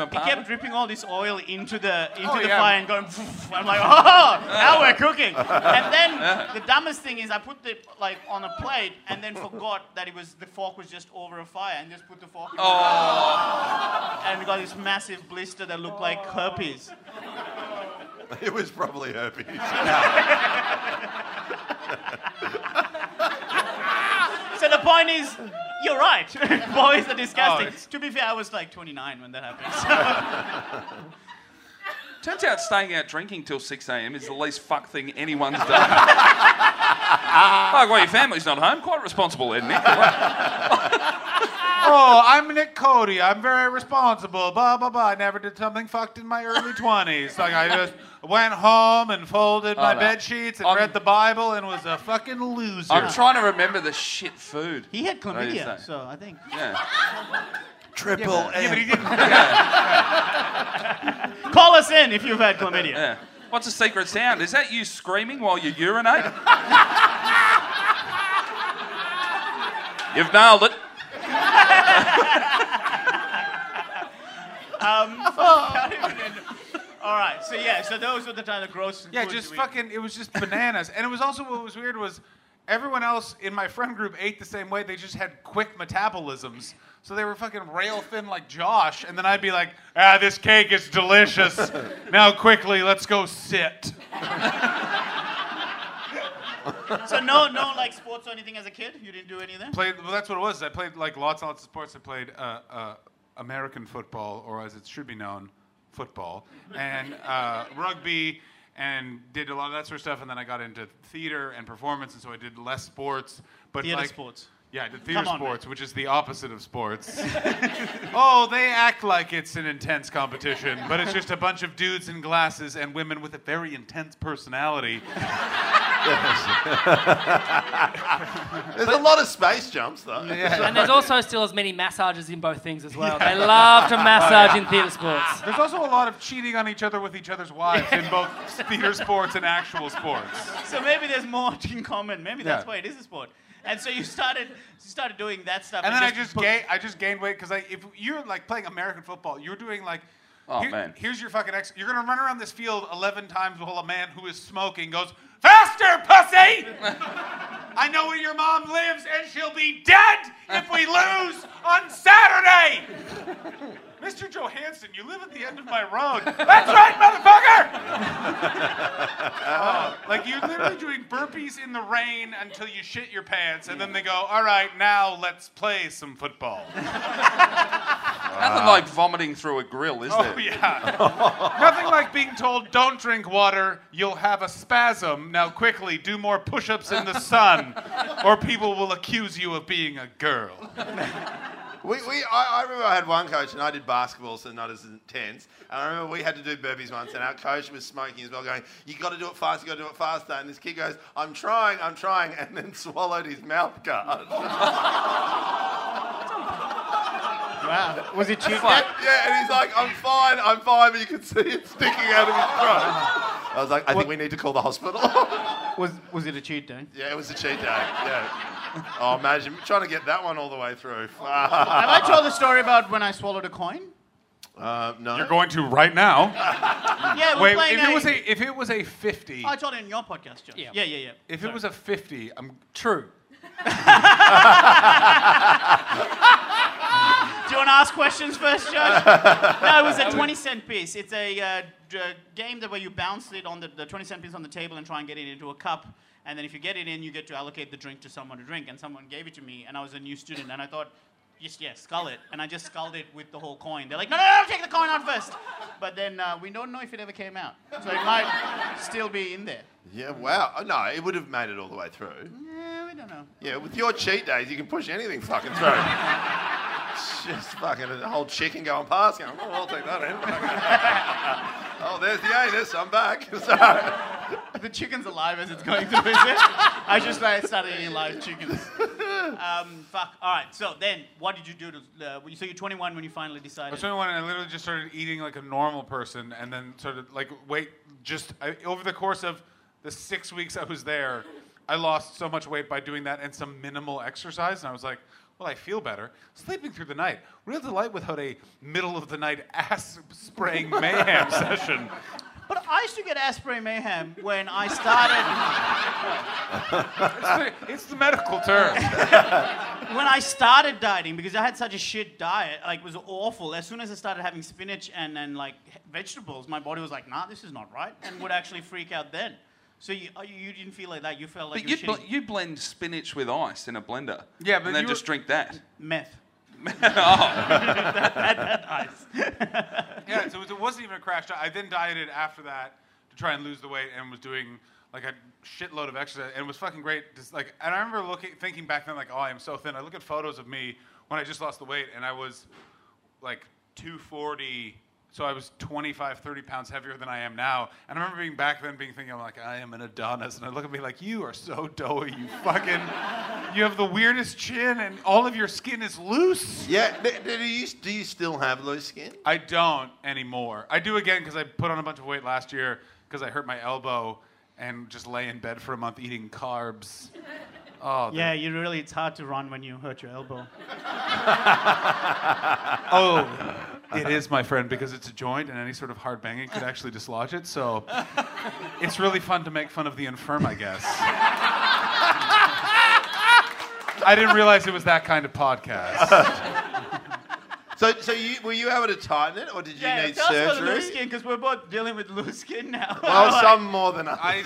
S2: it was- It
S3: apartment?
S2: kept dripping all this oil into the into
S4: Oh,
S2: the
S4: yeah.
S2: fire and going. I'm like, oh, now we're cooking. And then the dumbest thing is, I put the like on a plate and then forgot that it was the fork was just over a fire and just put the fork. In oh. And got this massive blister that looked like herpes.
S1: It was probably herpes.
S2: So the point is, you're right. Boys are disgusting.
S4: Oh, it's-
S2: to be fair, I was like 29 when that happened.
S3: Turns out staying out drinking till 6 a.m. is the least fuck thing anyone's done. like, well, your family's not home. Quite responsible, Ed Nick.
S4: oh i'm nick cody i'm very responsible blah blah blah i never did something fucked in my early 20s like i just went home and folded my
S3: no.
S4: bed sheets and
S3: I'm-
S4: read the bible and was a fucking loser
S3: I'm trying to remember the shit food.
S2: he had
S3: Oh,
S2: chlamydia,
S3: yes,
S2: so I think.
S3: Yeah.
S1: Triple
S4: yeah,
S1: M.
S4: but he didn't.
S2: Call us in if you've had chlamydia.
S3: yeah. What's a secret sound? Is that you screaming while you urinate? You've nailed it.
S2: All right, so yeah, so those were the kind of gross.
S4: Yeah,
S2: foods
S4: just
S2: we-
S4: fucking. It was just bananas, and it was also what was weird was everyone else in my friend group ate the same way. They just had quick metabolisms, so they were fucking rail thin like Josh. And then I'd be like, Ah, this cake is delicious. now quickly, let's go sit.
S2: So no, no, like sports or anything as a kid. You didn't do any of that.
S4: Played. Well, that's what it was. I played like lots and lots of sports. I played uh, uh, American football, or as it should be known, football, and uh, rugby, and did a lot of that sort of stuff. And then I got into theater and performance, and so I did less sports. But
S2: Theater
S4: like,
S2: sports.
S4: Yeah, I did theater
S2: Come on,
S4: sports, which is the opposite of sports. oh, they act like it's an intense competition, but it's just a bunch of dudes in glasses and women with a very intense personality.
S1: There's a lot of space jumps though.
S5: And there's also still as many massages in both things as well. They love to massage in theatre sports.
S4: There's also a lot of cheating on each other with each other's wives in both theater sports and actual sports.
S2: So maybe there's more in common. Maybe that's
S4: Yeah.
S2: why it is a sport. And so you started, you started doing that stuff.
S4: And then I just
S2: put-
S4: gained, I just gained weight because if you're like playing American football, you're doing like.
S3: Oh, man.
S4: Here's your fucking ex. You're gonna run around this field 11 times while a man who is smoking goes faster, pussy. I know where your mom lives, and she'll be dead if we lose on Saturday. Mr. Johansson, you live at the end of my road. That's right, motherfucker. Oh, like you're literally doing burpees in the rain until you shit your pants, and then they go, "All right, now let's play some football."
S3: Nothing like vomiting through a grill, is
S4: Oh
S3: there?
S4: yeah. Nothing like being told, "Don't drink water. You'll have a spasm." Now quickly, do more push-ups in the sun, or people will accuse you of being a girl.
S1: We, we, I, I remember I had one coach, and I did basketball, so not as intense. And I remember we had to do burpees once, and our coach was smoking as well, going, "You got to do it fast. You got to do it faster." And this kid goes, "I'm trying, I'm trying," and then swallowed his mouth guard.
S2: Wow. Was it cheap?
S3: Fuck.
S1: yeah, and he's like, "I'm fine, I'm fine," but you could see it sticking out of his throat. I was like, "I think we need to call the hospital."
S2: Was was it a cheat day?
S1: yeah, it was a cheat day. Yeah. Oh, imagine trying to get that one all the way through.
S4: Ah.
S1: uh,
S2: Have I told the story about when I swallowed a coin?
S1: Uh, no.
S4: You're going to right now.
S2: Yeah, we're
S4: Ah. Wait,
S2: playing.
S4: if it was a if it was a 50,
S2: I told it in your podcast, Josh.
S5: Yeah.
S2: Yeah, yeah, yeah.
S4: if it was a 50, I'm
S5: True.
S2: Josh you want to ask questions first, Judge? no, it was a 20 cent piece. It's a uh, d- uh, game that where you bounce it on the, the 20 cent piece on the table and try and get it into a cup. And then if you get it in, you get to allocate the drink to someone to drink. And someone gave it to me, and I was a new student, and I thought, yes, yes, scull it. And I just sculled it with the whole coin. They're like, no, no, no, take the coin out first. But then uh, we don't know if it ever came out. So it might still be in there.
S1: Yeah, wow. Oh, No, it would have made it all the way through.
S2: Yeah, we don't know.
S1: Yeah, with your cheat days, you can push anything fucking through. It's Just fucking a whole chicken going past. Going, oh, I'll take that in. oh, there's the anus. I'm back. Sorry.
S2: The chicken's alive as it's going through, is it? I just like, started eating live chickens. Um, fuck. All right. So then, what did you do? To, uh, so you're 21 when you finally
S4: I was
S2: decided.
S4: 21 and I literally just started eating like a normal person and then sort of like weight just I, over the course of the six weeks I was there, I lost so much weight by doing that and some minimal exercise. And I was like, well, I feel better. Sleeping through the night. Real delight without a middle of the night ass spraying mayhem session.
S2: But I used to get Aspray Mayhem when I started.
S4: It's the, it's the medical term.
S2: when I started dieting because I had such a shit diet, like it was awful. As soon as I started having spinach and then like he- vegetables, my body was like, nah, this is not right, and would actually freak out then. So you uh, you didn't feel like that. You felt like
S3: But
S2: you
S3: you,
S2: were
S3: bl-
S2: shitting
S3: you blend spinach with ice in a blender.
S4: Yeah, but
S3: and then
S4: you
S3: just
S4: were-
S3: drink that. Oh.
S2: meth.
S4: Yeah, so it wasn't even a crash diet. I then dieted after that to try and lose the weight and was doing like a shitload of exercise and it was fucking great. Just like, and I remember looking, thinking back then, like, oh, I am so thin. I look at photos of me when I just lost the weight and I was like 240. So I was 25, 30 pounds heavier than I am now. And I remember being back then being thinking, I'm like, I am an Adonis. And I look at me like, you are so doughy. You fucking, you have the weirdest chin and all of your skin is loose.
S1: Yeah, d- d- do you, do you still have loose skin?
S4: I don't anymore. I do again because I put on a bunch of weight last year because I hurt my elbow and just lay in bed for a month eating carbs. Oh,
S2: Yeah, you really. It's hard to run when you hurt your elbow.
S4: oh, it is, my friend, because it's a joint and any sort of hard banging could actually dislodge it. So it's really fun to make fun of the infirm, I guess. I didn't realize it was that kind of podcast.
S1: So, so you, were you able to tighten it, or did you
S2: yeah,
S1: need
S2: tell us about the loose
S1: surgery?
S2: skin because we're both dealing with loose skin now.
S1: Well, some more than
S4: I,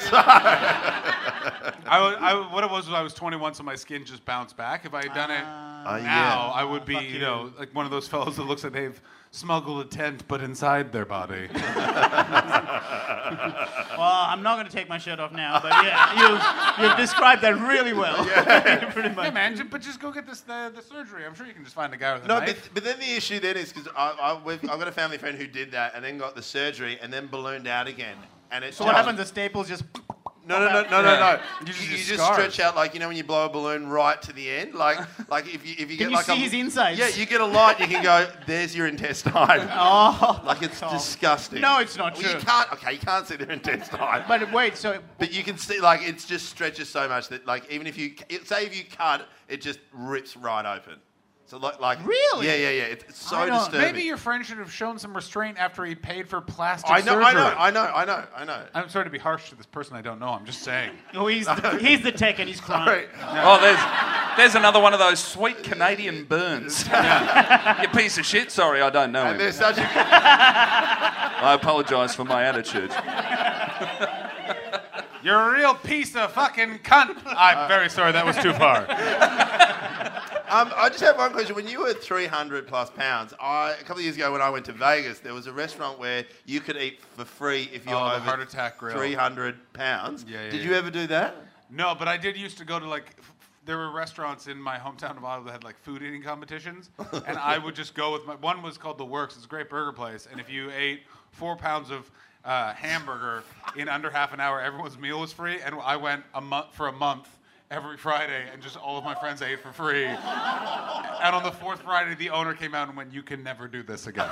S1: others.
S4: I, wa- I wa- what it was was I was 21, so my skin just bounced back. If I had done it.
S1: Oh,
S4: now
S1: yeah.
S4: I would be,
S2: Fuck
S4: Ah, you.
S2: you.
S4: know, like one of those fellows that looks like they've smuggled a tent but inside their body.
S2: well, I'm not going to take my shirt off now, but yeah, you, you've described that really well. Pretty much.
S4: yeah, man, ju- but just go get this the, the surgery. I'm sure you can just find a guy with a
S1: No, but,
S4: knife.
S1: but then the issue then is because I, I, we've- I've got a family friend who did that and then got the surgery and then ballooned out again. And it
S2: So what
S1: just-
S2: happens? The staples just.
S1: No, no, no, no, no, no.
S4: Yeah.
S1: You
S4: You
S1: just,
S4: just
S1: you
S4: use
S1: just
S4: scars.
S1: stretch out like you know when you blow a balloon right to the end, like like if you if you get
S2: you
S1: like
S2: see
S1: a,
S2: his insides?
S1: Yeah, you get a light, you can go. There's your intestine.
S2: Oh.
S1: like it's disgusting.
S2: No, it's not
S1: Well, You
S2: true.
S1: can't. Okay, you can't see their intestine. But,
S2: But wait, so
S1: you can see like it just stretches so much that like even if you it, say if you cut, it just rips right open. So like like
S2: Really?
S1: Yeah, yeah, yeah. It's, it's so uh,
S2: I don't-
S1: disturbing.
S4: Maybe your friend should have shown some restraint after he paid for plastic
S1: I know,
S4: surgery.
S1: I know, I know, I know, I know.
S4: am sorry to be harsh to this person I don't know. I'm just saying.
S2: oh, he's the, he's the tech and he's crying.
S1: Sorry.
S3: Oh, there's, there's another one of those sweet Canadian burns. you piece of shit. Sorry, I don't know
S1: And
S3: him.
S1: there's such a
S3: I apologise for my attitude.
S4: You're a real piece of fucking cunt.
S1: Uh,
S4: I'm very sorry. That was too far.
S1: Um, I just have one question. When you were 300 plus pounds, I, a couple of years ago when I went to Vegas, there was a restaurant where you could eat for free if you're
S4: Oh, the
S1: over
S4: Heart Attack Grill.
S1: 300 pounds.
S4: Yeah, yeah,
S1: Did
S4: yeah.
S1: you ever do that?
S4: No, but I did used to go to like. f- There were restaurants in my hometown of Ottawa that had like food eating competitions, and I would just go with my. One was called The Works. It's a great burger place, and if you ate four pounds of uh, hamburger in under half an hour, everyone's meal was free. And I went a month for a month every Friday, and just all of my friends ate for free. and on the fourth Friday, the owner came out and went, "You can never do this again."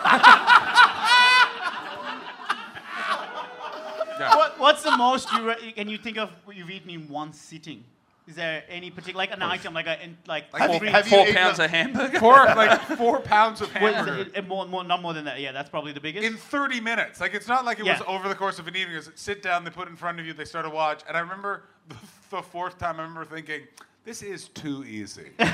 S2: What, what's the most you re- can you think of what you've eaten in one sitting? Is there any particular like an item like a in- like,
S4: Like
S1: Have
S2: three-
S1: you- have you
S3: Four
S1: eaten
S3: pounds
S1: a-
S3: of hamburger.
S4: four like four pounds of
S2: Wait,
S4: hamburger.
S2: is it- it- more, more not more than that? Yeah, that's probably the biggest.
S4: in 30 minutes. Like it's not like it was
S2: Yeah.
S4: over the course of an evening. It was sit down, they put it in front of you, they start to watch. And I remember the, the fourth time, I remember thinking, this is too easy.
S2: well,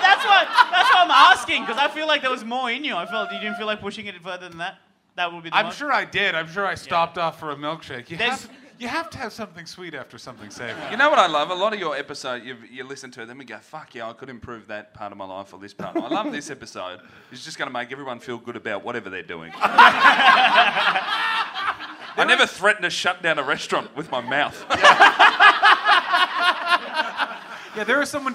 S2: that's what that's what I'm asking because I feel like there was more in you. I felt you didn't feel like pushing it further than that. That would be. The
S4: I'm
S2: one.
S4: sure I did. I'm sure I stopped off for a milkshake. You
S2: There's-
S4: have, you have to have something sweet after something savory.
S3: You know what I love? A lot of your episode, you you listen to them and go, "Fuck yeah, I could improve that part of my life or this part." I love this episode. It's just going to make everyone feel good about whatever they're doing. I never threaten to shut down a restaurant with my mouth.
S4: Yeah, there was someone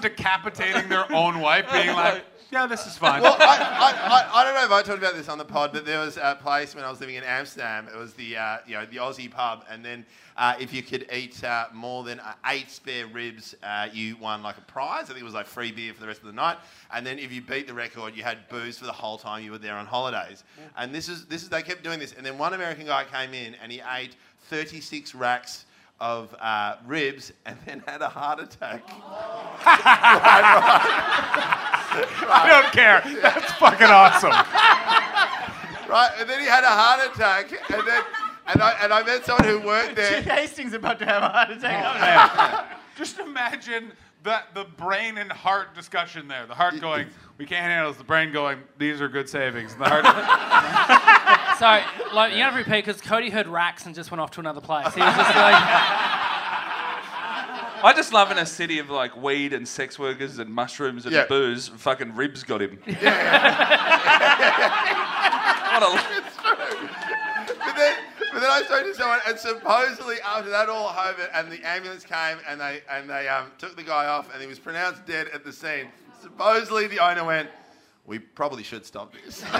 S4: decapitating their own wife, being like, "Yeah, this is fine."
S1: Well, I, I, I, I don't know if I talked about this on the pod, but there was a place when I was living in Amsterdam. It was the uh, you know the Aussie pub, and then uh, if you could eat uh, more than uh, eight spare ribs, uh, you won like a prize. I think it was like free beer for the rest of the night. And then if you beat the record, you had booze for the whole time you were there on holidays. And this is this is they kept doing this. And then one American guy came in and he ate 36 racks of uh, ribs, and then had a heart attack.
S4: I
S2: uh,
S4: don't care. That's fucking awesome.
S1: Right, and then he had a heart attack, and then and I and I met someone who worked there.
S2: Hastings about to have a heart
S4: Oh.
S2: attack.
S4: Just imagine that the brain and heart discussion there. The heart going, "We can't handle this." The brain going, "These are good savings." And the heart,
S5: So, like, you have to repeat because Cody heard racks and just went off to another place. He was just like,
S3: I just love in a city of like weed and sex workers and mushrooms and
S1: Yeah.
S3: booze, fucking ribs got him. what a,
S1: But then, but then I spoke to someone, and supposedly after that all over, and the ambulance came, and they and they um, took the guy off, and he was pronounced dead at the scene. Supposedly, the owner went, "We probably should stop this."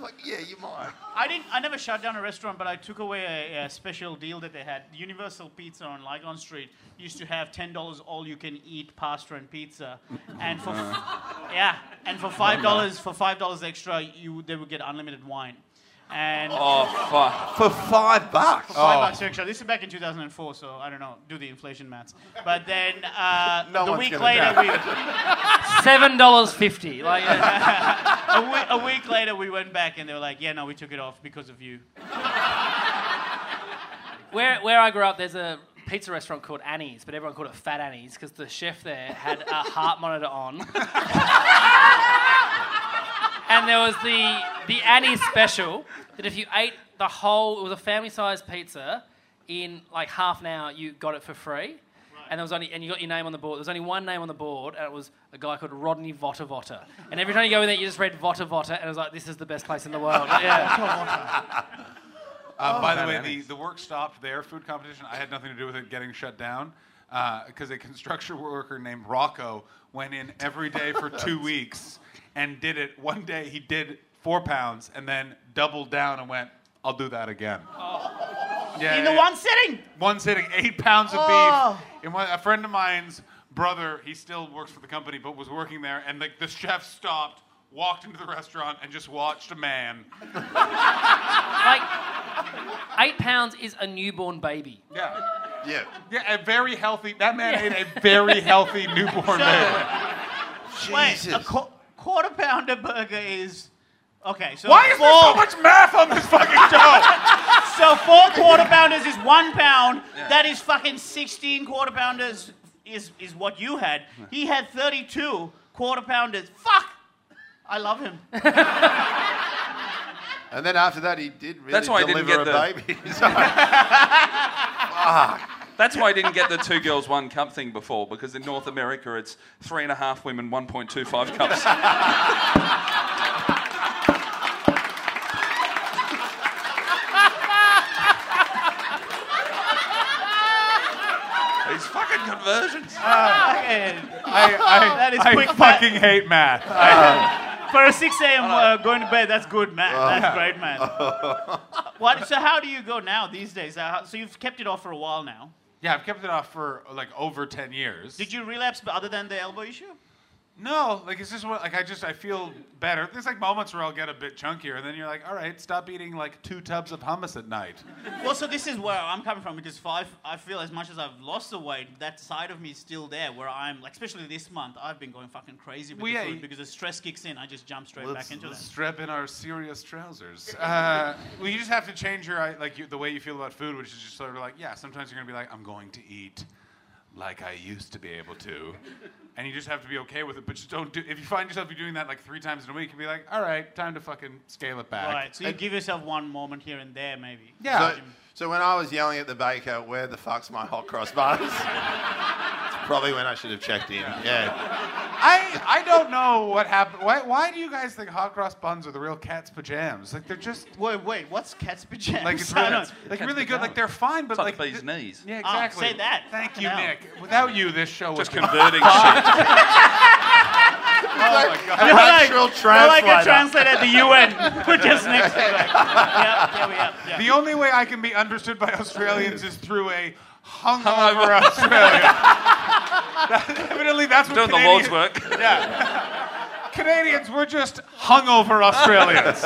S1: like, yeah, you might.
S2: I didn't. I never shut down a restaurant, but I took away a, a special deal that they had. Universal Pizza on Lygon Street used to have ten dollars all you can eat pasta and pizza, and for f- yeah, and for five dollars for five dollars extra, you they would get unlimited wine, and
S3: oh fuck.
S1: For five bucks.
S2: five bucks extra. This is back in 2004, so I don't know. Do the inflation maths. But then uh,
S1: No
S2: the
S1: one's
S2: week
S1: gonna
S2: later,
S1: know.
S2: we,
S5: $7.50. Like, uh,
S2: a, we, a week later, we went back and they were like, "Yeah, no, we took it off because of you."
S5: where, where I grew up, there's a pizza restaurant called Annie's, but everyone called it Fat Annie's because the chef there had a heart monitor on. and there was the, the Annie's special that if you ate the whole, it was a family sized pizza, in like half an hour, you got it for free. And there was only, and you got your name on the board. There was only one name on the board, and it was a guy called Rodney Votter Votter. And every time you go in there, you just read Votter Votter, and it was like, this is the best place in the world. Yeah.
S4: uh, by the way, the,
S3: bananas.
S4: the work stopped there. Food competition. I had nothing to do with it getting shut down because a construction worker named Rocco went in every day for two weeks and did it. One day he did four pounds and then doubled down and went, "I'll do that again." Yeah,
S2: In the
S4: yeah.
S2: one sitting.
S4: one sitting eight pounds of
S2: Oh.
S4: beef. And one, a friend of mine's brother, he still works for the company, but was working there, and like the chef stopped, walked into the restaurant, and just watched a man.
S5: like eight pounds is a newborn baby.
S4: Yeah.
S1: Yeah.
S4: Yeah, a very healthy. That man ate a very healthy newborn baby.
S2: Wait,
S1: Jesus.
S2: a qu- quarter pounder burger is okay. So
S4: Why is
S2: four,
S4: there so much math on this fucking show?
S2: so four quarter pounders is one pound. That is fucking sixteen quarter pounders is is what you had. He had thirty two quarter pounders. Fuck. I love him.
S1: and then after that, he did really
S3: That's why I
S1: deliver
S3: didn't
S1: a
S3: get
S1: baby. So-
S3: That's why I didn't get the two girls one cup thing before because in North America it's three and a half women, 1.25 cups. These fucking conversions.
S2: Fucking-
S4: I, I,
S2: That is
S4: I
S2: quick
S4: fucking hate math. I-
S2: For a 6 a.m. Uh, going to bed, that's good, man.
S4: Oh.
S2: That's great, man. what, so how do you go now these days? Uh, how- so you've kept it off for a while now.
S4: yeah, I've kept it off for like over ten years.
S2: Did you relapse b- other than the elbow issue?
S4: No, like it's just what like I just I feel better. There's like moments where I'll get a bit chunkier, and then you're like, all right, stop eating like two tubs of hummus at night.
S2: Well, so this is where I'm coming from because five. I feel as much as I've lost the weight, that side of me is still there. Where I'm like, especially this month, I've been going fucking crazy with
S4: Well,
S2: the
S4: yeah,
S2: food
S4: you-
S2: because the stress kicks in. I just jump straight
S4: Let's,
S2: back into
S4: let's
S2: that.
S4: strap in our serious trousers. Uh, well, you just have to uh, change your I- like you, the way you feel about food, which is just sort of like, yeah, sometimes you're gonna be like, I'm going to eat like I used to be able to. And you just have to be okay with it, but just don't do. If you find yourself doing that like three times in a week, you'd be like, all right, time to fucking scale it back.
S2: Right, so you give yourself one moment here and there, maybe.
S4: Yeah.
S1: So, so when I was yelling at the baker, where the fuck's my hot cross buns? it's probably when I should have checked in. Yeah.
S4: I I don't know what happened. Why why do you guys think hot cross buns are the real cat's pajamas? Like they're just
S2: Wait, wait, what's cat's pajamas?
S4: like it's
S2: I
S4: really,
S2: don't-
S4: like
S3: Cat's
S4: really good.
S3: pajamas.
S4: Like they're fine, but
S3: It's like
S4: like
S3: the bee's
S4: th-
S3: knees.
S4: Yeah,
S2: Ah,
S4: exactly.
S2: say that.
S4: Thank
S2: Fucking
S4: you,
S2: hell.
S4: Nick. Without you, this show
S3: Just
S4: would be
S3: converting shit.
S2: You're like,
S1: Actual
S2: you're like a
S1: translator.
S2: translator at the UN. Put just next to it. Like, yeah, yeah, we are, yeah.
S4: The only way I can be understood by Australians is through a hungover Australia. That- evidently, that's what
S3: Doing the
S4: Canadians,
S3: Lord's work.
S4: Canadians were just hungover Australians.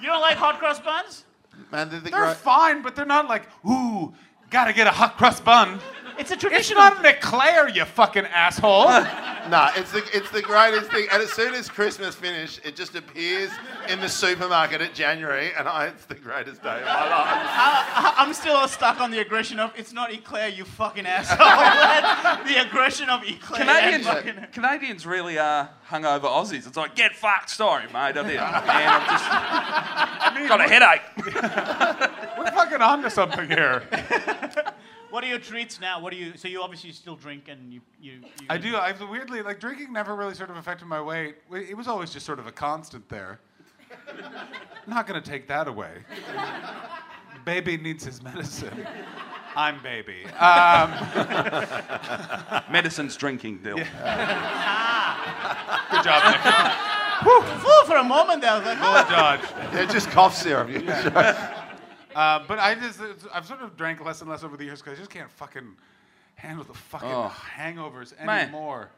S2: You don't like hot cross buns?
S1: Man, the, the
S4: they're
S1: gro-
S4: fine, but they're not like, ooh, gotta get a hot crust bun.
S2: It's a
S4: It's
S2: traditional.
S4: not an eclair, you fucking asshole.
S1: Nah, it's the, it's the greatest thing. And as soon as Christmas finished, it just appears in the supermarket at January, and I, it's the greatest day of my life.
S2: I, I'm still stuck on the aggression of it's not eclair, you fucking asshole. the aggression of eclair. and fucking-
S3: Canadians, Canadians really are hungover Aussies. It's like, get fucked. Sorry, mate. I did. Man, I'm just got a headache.
S4: We're fucking onto something here.
S2: What are your treats now? What do you? So you obviously still drink and you. you, you
S4: I do. I've weirdly like drinking never really sort of affected my weight. Wa- It was always just sort of a constant there. Not gonna take that away. Baby needs his medicine. I'm baby. Uh,
S3: Medicine's drinking, Dill.
S4: good job, Nick.
S2: Whew, for a moment there, I was like, oh,
S4: Well dodged.
S1: Yeah, just cough syrup. You-
S4: Uh, but I just I've sort of drank less and less over the years because I just can't fucking handle the fucking
S3: Oh.
S4: hangovers
S3: Man.
S4: anymore.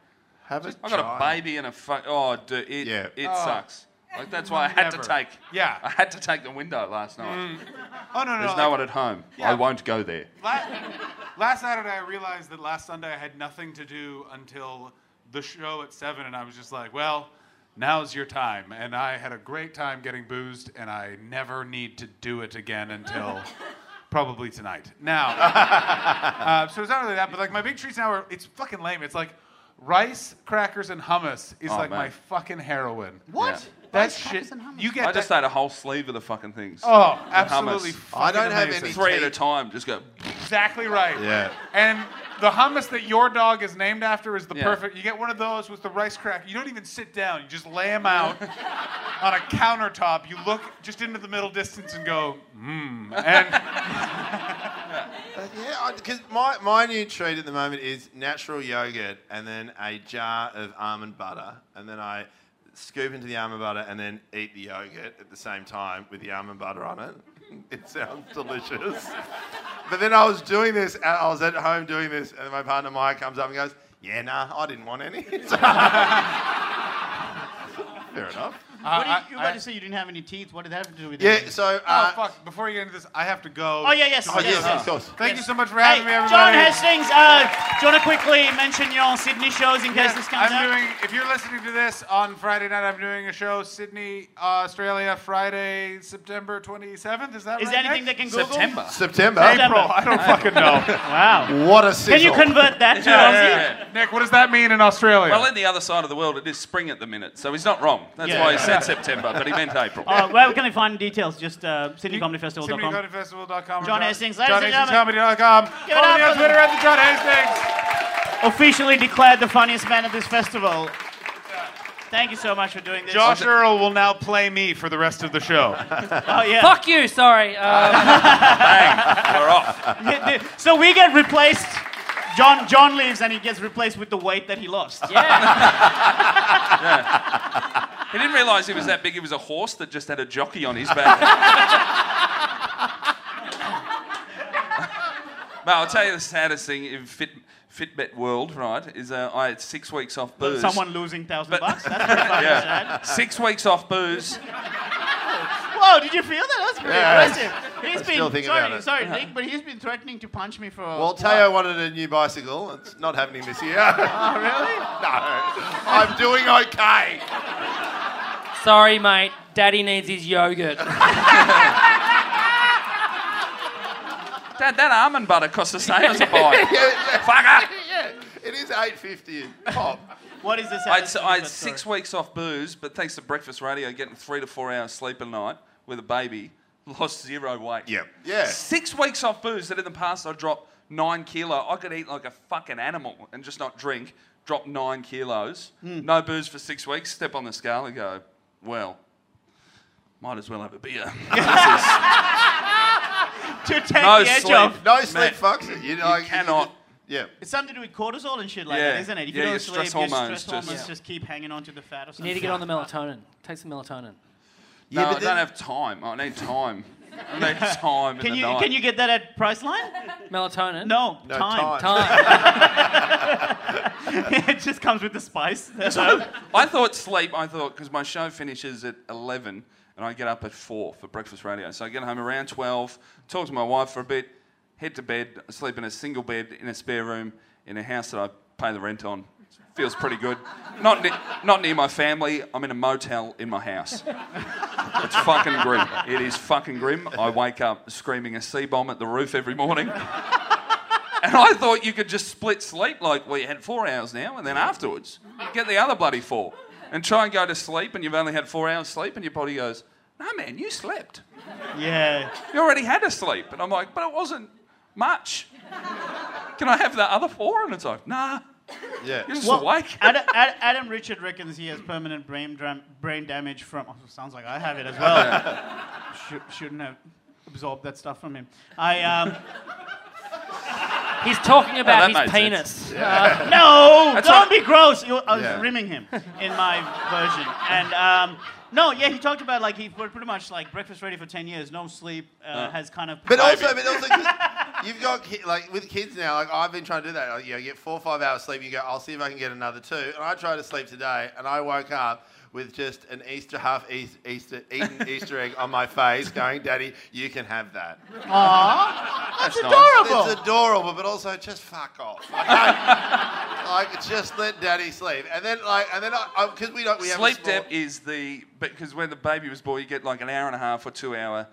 S1: Have a
S3: I got a
S1: child.
S3: baby and a fuck. Oh, dude, it
S1: Yeah.
S3: it
S4: Oh.
S3: sucks. Like that's why I had to
S4: Never.
S3: take.
S4: Yeah.
S3: I had to take the window last night.
S4: Oh no no.
S3: There's
S4: like,
S3: no one at home.
S4: Yeah.
S3: I won't go there.
S4: Last, last Saturday, I realized that last Sunday I had nothing to do until the show at seven, and I was just like, "Well, now's your time." And I had a great time getting boozed, and I never need to do it again until probably tonight. Now, uh, so it's not really that, but like my big treats now are it's fucking lame. It's like rice, crackers, and hummus is
S3: Oh,
S4: like
S3: man.
S4: my fucking heroin.
S2: what?
S3: Yeah.
S4: That
S2: Rice
S4: shit.
S2: crackers and hummus.
S4: You get
S3: I just
S4: that,
S3: ate a whole sleeve of the fucking things.
S4: oh,
S3: and hummus.
S4: absolutely.
S1: I don't
S4: fucking
S1: have
S4: amazing.
S1: any
S3: Three at a time. Just go.
S4: Exactly right.
S1: Yeah.
S4: And the hummus that your dog is named after is the
S3: Yeah.
S4: perfect. You get one of those with the rice crack. You don't even sit down. You just lay them out on a countertop. You look just into the middle distance and go, mmm. And
S1: Yeah, because my, my new treat at the moment is natural yogurt and then a jar of almond butter. And then I scoop into the almond butter and then eat the yogurt at the same time with the almond butter on it. It sounds delicious. but then I was doing this, and I was at home doing this, and my partner Maya comes up and goes, Yeah, nah, I didn't want any. Fair enough.
S2: What did
S4: I-
S2: you, you about
S4: I-
S2: to say you didn't have any teats. What did that have to do with
S1: Yeah,
S2: anything?
S1: so. Uh,
S4: oh, fuck. Before you get into this, I have to go.
S2: Oh, yeah, yes.
S1: Oh,
S2: yes,
S1: yes,
S2: yes.
S1: of course.
S4: Thank
S2: Yes.
S4: you so much for
S2: Hey,
S4: having me, everybody.
S2: John Hastings, uh, do you want to quickly mention your Sydney shows in case
S4: Yes,
S2: this comes
S4: I'm
S2: out?
S4: doing. If you're listening to this on Friday night, I'm doing a show Sydney, Australia, Friday, September 27th. Is that
S2: Is
S4: right?
S2: there anything
S4: Nick?
S2: that can Google?
S3: September.
S1: September.
S2: September.
S4: April? I don't fucking know.
S2: Wow.
S1: What a
S2: Can you
S1: sizzle.
S2: convert that to
S3: Yeah,
S2: Aussie?
S3: yeah, yeah.
S4: Nick, what does that mean in Australia?
S3: Well, in the other side of the world, it is spring at the minute, so he's not wrong. That's
S2: Yeah,
S3: why
S2: yeah.
S3: he said September, but he meant April.
S2: Uh, where can they find details? Just uh, sydneycomedyfestival.com.
S4: SydneyComedyFestival.com.
S2: John Hastings, ladies
S4: John
S2: and
S4: Hastings
S2: gentlemen.
S4: Comedy.com.
S2: Give it
S4: Follow
S2: up
S4: me on
S2: for the-
S4: Twitter at the John Hastings.
S2: Officially declared the funniest man at this festival. Thank you so much for doing this.
S4: Josh Earl will now play me for the rest of the show.
S2: Oh, yeah.
S5: Fuck you. Sorry. Uh,
S3: We're off.
S2: so we get replaced. John John leaves and he gets replaced with the weight that he lost.
S5: yeah.
S3: He didn't realise he was that big. He was a horse that just had a jockey on his back. But I'll tell you the saddest thing in Fit, Fitbit world, right? Is uh, I had six weeks off booze.
S2: Someone losing thousand
S3: But-
S2: bucks. That's pretty fucking
S3: Yeah. Six weeks off booze.
S2: sad. Whoa! Did you feel that? That's pretty
S1: Yeah.
S2: impressive. He's been
S1: still think
S2: sorry,
S1: about it.
S2: sorry, Nick, but he's been threatening to punch me for. a
S1: Well, Teo wanted a new bicycle. It's not happening this year. Oh, really? no. I'm doing okay.
S5: Sorry, mate. Daddy needs his yogurt.
S3: Dad, that almond butter costs the same as a pie.
S1: yeah,
S3: Fuck it.
S1: yeah, it is eight fifty pop.
S2: What is this?
S3: I had, I had six weeks off booze, but thanks to breakfast radio, getting three to four hours sleep a night with a baby, lost zero weight.
S1: Yeah.
S3: Six weeks off booze that in the past I dropped nine kilo. I could eat like a fucking animal and just not drink. Drop nine kilos. No booze for six weeks. Step on the scale and go, well, might as well have a beer.
S2: to take
S3: No
S2: the edge
S3: sleep.
S2: off.
S1: No sleep
S3: Mate,
S1: fucks it. You, know, like,
S3: cannot.
S1: Yeah.
S2: It's something to do with cortisol and shit like
S3: Yeah.
S2: that, isn't it? If
S3: Yeah,
S2: you don't
S3: your
S2: sleep,
S3: stress
S2: your
S3: hormones
S2: stress hormones
S3: just-
S2: just, keep hanging on to the fat or
S5: You
S2: something.
S5: need to get on the melatonin. Take some melatonin.
S1: Yeah,
S3: No, I
S1: but then-
S3: don't have time. I need time. I need time in
S2: Can
S3: the
S2: you
S3: night.
S2: can you get that at Priceline?
S5: Melatonin.
S2: No,
S1: No
S2: time.
S5: Time.
S2: it just comes with the spice.
S3: I thought sleep. I thought because my show finishes at eleven, and I get up at four for breakfast radio. So I get home around twelve, talk to my wife for a bit, head to bed, sleep in a single bed in a spare room in a house that I pay the rent on. Feels pretty good. Not ne- not near my family. I'm in a motel in my house. It's fucking grim. It is fucking grim. I wake up screaming a C bomb at the roof every morning. And I thought you could just split sleep, like we had four hours now, and then afterwards get the other bloody four, and try and go to sleep, and you've only had four hours sleep, and your body goes, "No, man, you slept.
S2: yeah.
S3: You already had a sleep." And I'm like, "But it wasn't much. Can I have the other four? And it's like, "Nah,
S1: Yeah.
S3: you're just
S2: Well,
S3: awake."
S2: Adam, Ad- Adam Richard reckons he has permanent brain, dram- brain damage from. Oh, sounds like I have it as well. Should, shouldn't have absorbed that stuff from him. I um.
S5: He's talking about
S3: Oh, that
S5: his
S3: made
S5: penis.
S2: No,
S3: what-
S2: don't be gross. You, I was
S1: Yeah.
S2: rimming him in my version, and um, no, yeah, he talked about like he put- pretty much like breakfast ready for ten years, no sleep, uh, has kind of.
S1: But also, but also, 'cause you've got ki- like with kids now. Like I've been trying to do that. Like, you know, get four or five hours sleep. You go, I'll see if I can get another two. And I tried to sleep today, and I woke up with just an Easter half Eas- Easter eaten Easter egg on my face, going, "Daddy, you can have that."
S2: that's
S3: nice.
S2: adorable.
S1: It's adorable, but also just fuck off. I can't- like just let Daddy sleep, and then like, and then I because we don't we have a
S3: sleep
S1: small-
S3: debt is the because when the baby was born, you get like an hour and a half or two hour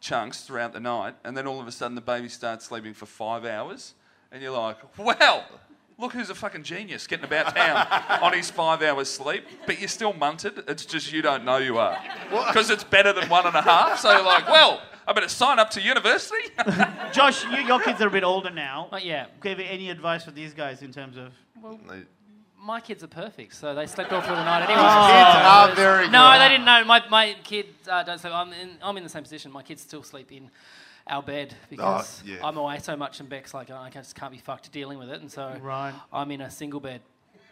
S3: chunks throughout the night, and then all of a sudden the baby starts sleeping for five hours, and you're like, well, look who's a fucking genius getting about town on his five hours sleep, but you're still munted. It's just you don't know you are because it's better than one and a half. So you're like, well, I better sign up to university.
S2: Josh, you, your kids are a bit older now.
S5: Not yet.
S2: Give any advice for these guys in terms of?
S5: My kids are perfect, so they slept all through the night anyway.
S1: Kids
S3: Oh,
S1: are Ah, very good.
S5: No, they didn't know. My, my kids uh, don't sleep. I'm in, I'm in the same position. My kids still sleep in our bed
S3: Oh,
S5: because
S1: yeah.
S5: I'm away so much, and Beck's like, oh, I just can't be fucked dealing with it, and so
S2: Right.
S5: I'm in a single bed.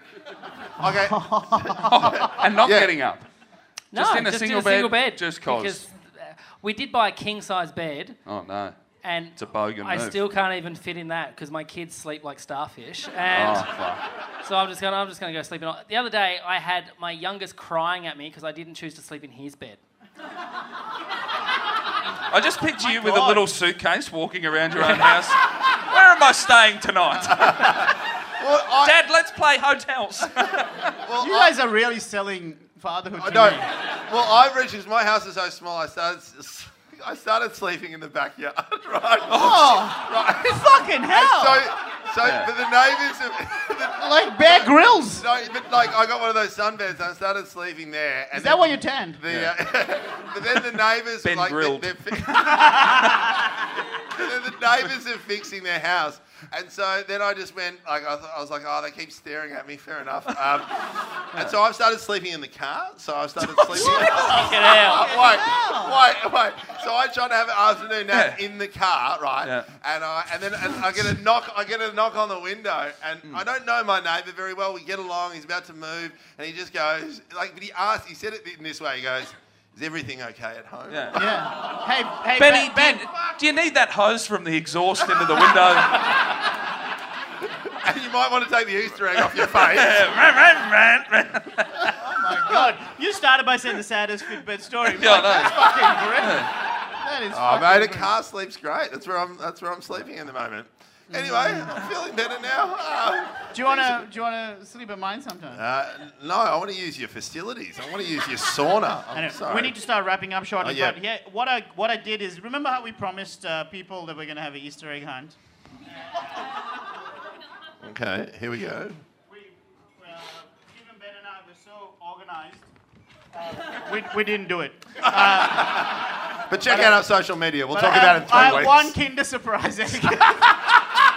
S1: Okay,
S3: and not
S1: Yeah.
S3: getting up.
S5: No,
S3: Just in a single bed,
S5: single bed.
S3: just 'cause.
S5: Because uh, we did buy a king size bed,
S3: Oh no.
S5: and
S3: It's a bogan
S5: I
S3: move.
S5: still can't even fit in that because my kids sleep like starfish,
S3: Oh,
S5: and.
S3: fuck.
S5: So I'm just gonna I'm just gonna go sleep. in- The other day I had my youngest crying at me because I didn't choose to sleep in his bed.
S3: I just picture you with a
S2: God.
S3: little suitcase walking around your own house. Where am I staying tonight?
S1: well, I,
S3: Dad, let's play hotels.
S1: well,
S2: You
S1: I-
S2: guys are really selling fatherhood.
S1: I
S2: To
S1: don't.
S2: me.
S1: Well, I've reached because my house is so small. I started. s- I started sleeping in the backyard, right?
S2: Oh,
S1: right.
S2: fucking hell!
S1: So, so
S3: Yeah.
S1: but the neighbours, have,
S2: like Bear Grylls.
S1: no, but like I got one of those sunbeds. I started sleeping there. And
S2: Is that why you're tanned?
S1: The, uh, but then the neighbours,
S3: Been
S1: like,
S3: grilled.
S1: They're, they're fi- then the neighbours are fixing their house, and so then I just went like I, th- I was like, oh, they keep staring at me. Fair enough. Um, and so I've started sleeping in the car. So I've started sleeping.
S5: Fucking hell.
S1: wait, wait, wait. So I try to have an afternoon nap
S3: Yeah.
S1: in the car, right?
S3: Yeah.
S1: And I and then and I get a knock. I get a knock on the window, and
S3: Hmm.
S1: I don't know my neighbour very well. We get along. He's about to move, and he just goes like, but he asked. He said it in this way. He goes, "Is everything okay at home?"
S3: Yeah.
S2: Yeah. Hey, hey,
S3: Benny,
S2: Be-
S3: Ben, do you need that hose from the exhaust into the window?
S1: And you might want to take the Easter egg off your face.
S2: God, you started by saying the saddest Fitbit story.
S3: Yeah, I know.
S2: That's fucking great. That is.
S1: oh,
S2: fucking
S1: mate, a
S2: great.
S1: car sleeps great. That's where I'm. That's where I'm sleeping in the moment. Anyway,
S3: Hmm.
S1: I'm feeling better now. Uh,
S2: Do you wanna do you wanna sleep at mine sometime?
S1: Uh, no, I want to use your facilities. I want to use your sauna. I'm
S2: Anyway,
S1: sorry.
S2: we need to start wrapping up shortly.
S1: Oh, yeah.
S2: But yeah, what I what I did is remember how we promised uh, people that we're gonna have an Easter egg hunt.
S1: Okay, here we go.
S2: We, uh, even Ben and I were so organized. Uh, we, we didn't do it.
S1: But check out our social media. We'll
S2: But
S1: talk
S2: I
S1: about
S2: have,
S1: it in
S2: I
S1: three
S2: have
S1: weeks.
S2: one Kinder surprise egg,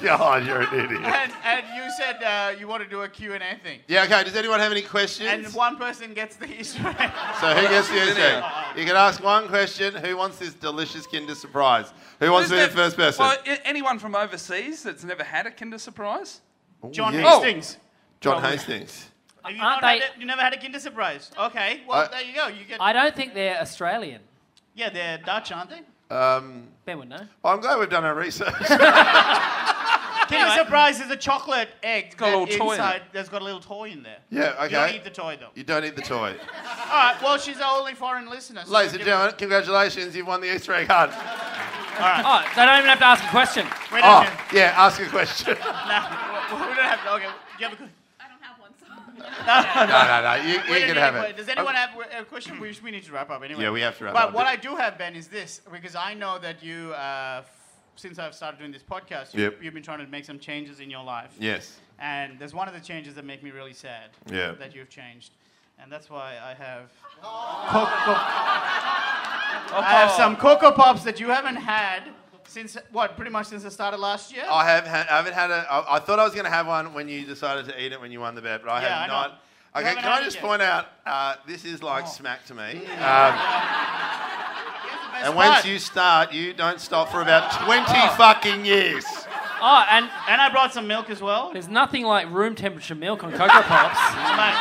S1: God, Oh, you're an idiot.
S2: and, and you said uh, you want to do a Q and A thing.
S1: Yeah, okay. Does anyone have any questions?
S2: And one person gets the Easter egg.
S1: So who gets the
S3: Sit
S1: Easter
S3: down.
S1: egg? You can ask one question. Who wants this delicious Kinder surprise? Who wants to be
S3: Isn't
S1: the first
S3: that-
S1: person?
S3: Well, i- anyone from overseas that's never had a Kinder Surprise?
S1: Oh,
S2: John
S1: yeah.
S2: Hastings.
S1: John Hastings.
S2: Have you,
S5: Aren't
S2: not had
S5: they-
S2: it- you never had a Kinder surprise? Okay, well
S1: I-
S2: there you go. You get.
S5: I don't think they're Australian.
S2: yeah, they're Dutch, aren't they?
S1: Um,
S5: Ben would know.
S1: well, I'm glad we've done our research.
S2: Kinder surprise is a chocolate egg. It's
S3: got a little toy in
S2: inside, There's got a little toy in there.
S1: yeah, okay.
S2: You don't eat the toy though.
S1: You don't need the toy.
S2: All right. Well, she's our only foreign listener. so
S1: Ladies
S2: we'll
S1: and
S2: give her-
S1: gentlemen, congratulations. You've won the Easter egg hunt.
S5: Oh, so I don't even have to ask a question.
S2: Wait a
S1: Oh,
S2: minute.
S1: yeah, ask a question.
S2: No, we don't have. Okay. Do you have a question?
S6: I don't have one, so.
S1: no, no, no. You, you can have it.
S2: Does anyone have a question? We, we need to wrap up anyway.
S1: Yeah, we have to wrap
S2: but
S1: up.
S2: what I do have, Ben, is this because I know that you, uh, f- since I've started doing this podcast, you,
S1: Yep.
S2: you've been trying to make some changes in your life.
S1: Yes.
S2: And there's one of the changes that make me really sad.
S1: Yeah.
S2: That you've changed, and that's why I have. Coco, I have some cocoa pops that you haven't had since what? Pretty much since I started last year.
S1: I have had, I haven't had a. I, I thought I was going to have one when you decided to eat it when you won the bet, but I
S2: Yeah,
S1: have
S2: I know.
S1: not.
S2: You
S1: Okay,
S2: haven't
S1: can
S2: had
S1: I
S2: it
S1: just
S2: yet. Oh. Mm.
S1: point out uh, this is like smack to me. Um,
S2: Here's the best
S1: and once
S2: part.
S1: you start, you don't stop for about 20 fucking years.
S5: Oh, and
S2: and I brought some milk as well.
S5: there's nothing like room temperature milk on Cocoa Pops.
S2: Mate,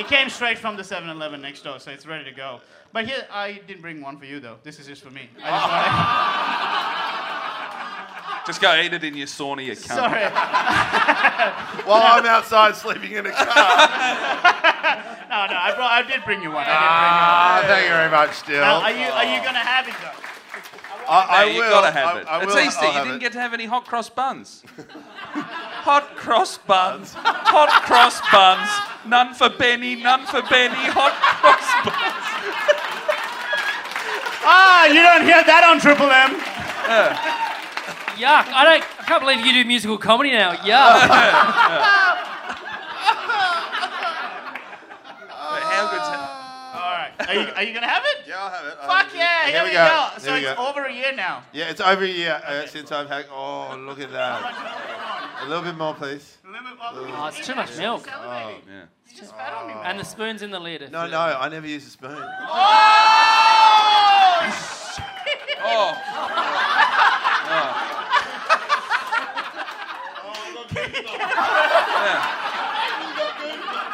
S2: it came straight from the 7 Eleven next door, so it's ready to go. But here, I didn't bring one for you, though. This is just for me. I just wanna-
S3: Just go eat it in your sauna, you cunt.
S2: Sorry.
S1: While I'm outside sleeping in a car.
S2: No, no, I, brought, I did bring you one. I did
S1: Ah, thank you very much, Dill.
S2: bring you one.
S1: I,
S2: Now, are, you, are you going to have it, though?
S1: I
S3: Hey,
S1: will.
S3: You've got to have
S1: I-
S3: it.
S1: I
S3: it's
S1: will,
S3: Easter.
S1: I'll
S3: you
S1: have
S3: didn't
S1: it.
S3: get to have any hot cross buns. hot cross buns. hot cross buns. None for Benny. None for Benny. Hot cross buns.
S2: Ah, you don't hear that on Triple M.
S5: Yuck! I don't. I can't believe you do musical comedy now. Yuck!
S3: But how good's that?
S2: All right. Are you, are you going to have it?
S1: Yeah, I'll have it. I'll have
S2: Fuck
S1: it.
S2: yeah, here,
S1: There
S2: we go. So
S1: There we
S2: it's
S1: go.
S2: over a year now.
S1: Yeah, it's over a year uh, since I've had. Oh, look at that. A little bit more, please.
S5: Oh, it's too much milk.
S3: Yeah.
S2: It's just fat on me, man.
S5: And the spoon's in the lid.
S1: No, no, I never use a spoon.
S2: Oh, shit.
S3: Oh,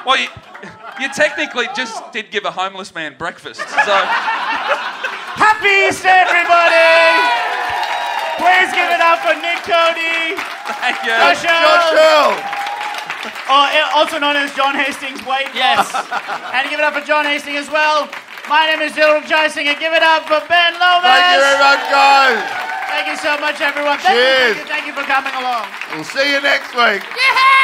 S3: well, you, you technically just did give a homeless man breakfast. So.
S2: Happy Easter, everybody! Please give it up for Nick Cody,
S3: Thank you.
S2: Josh
S1: Josh
S2: Hill,
S1: Hill!
S2: or, uh, also known as John Hastings Wade.
S5: Yes.
S2: And give it up for John Hastings as well. My name is Dylan Jising, and give it up for Ben Lomas.
S1: Thank you very much, guys.
S2: Thank you so much, everyone. Thank you,
S1: Cheers.
S2: thank you, thank you for coming along.
S1: We'll see you next week.
S6: Yeah!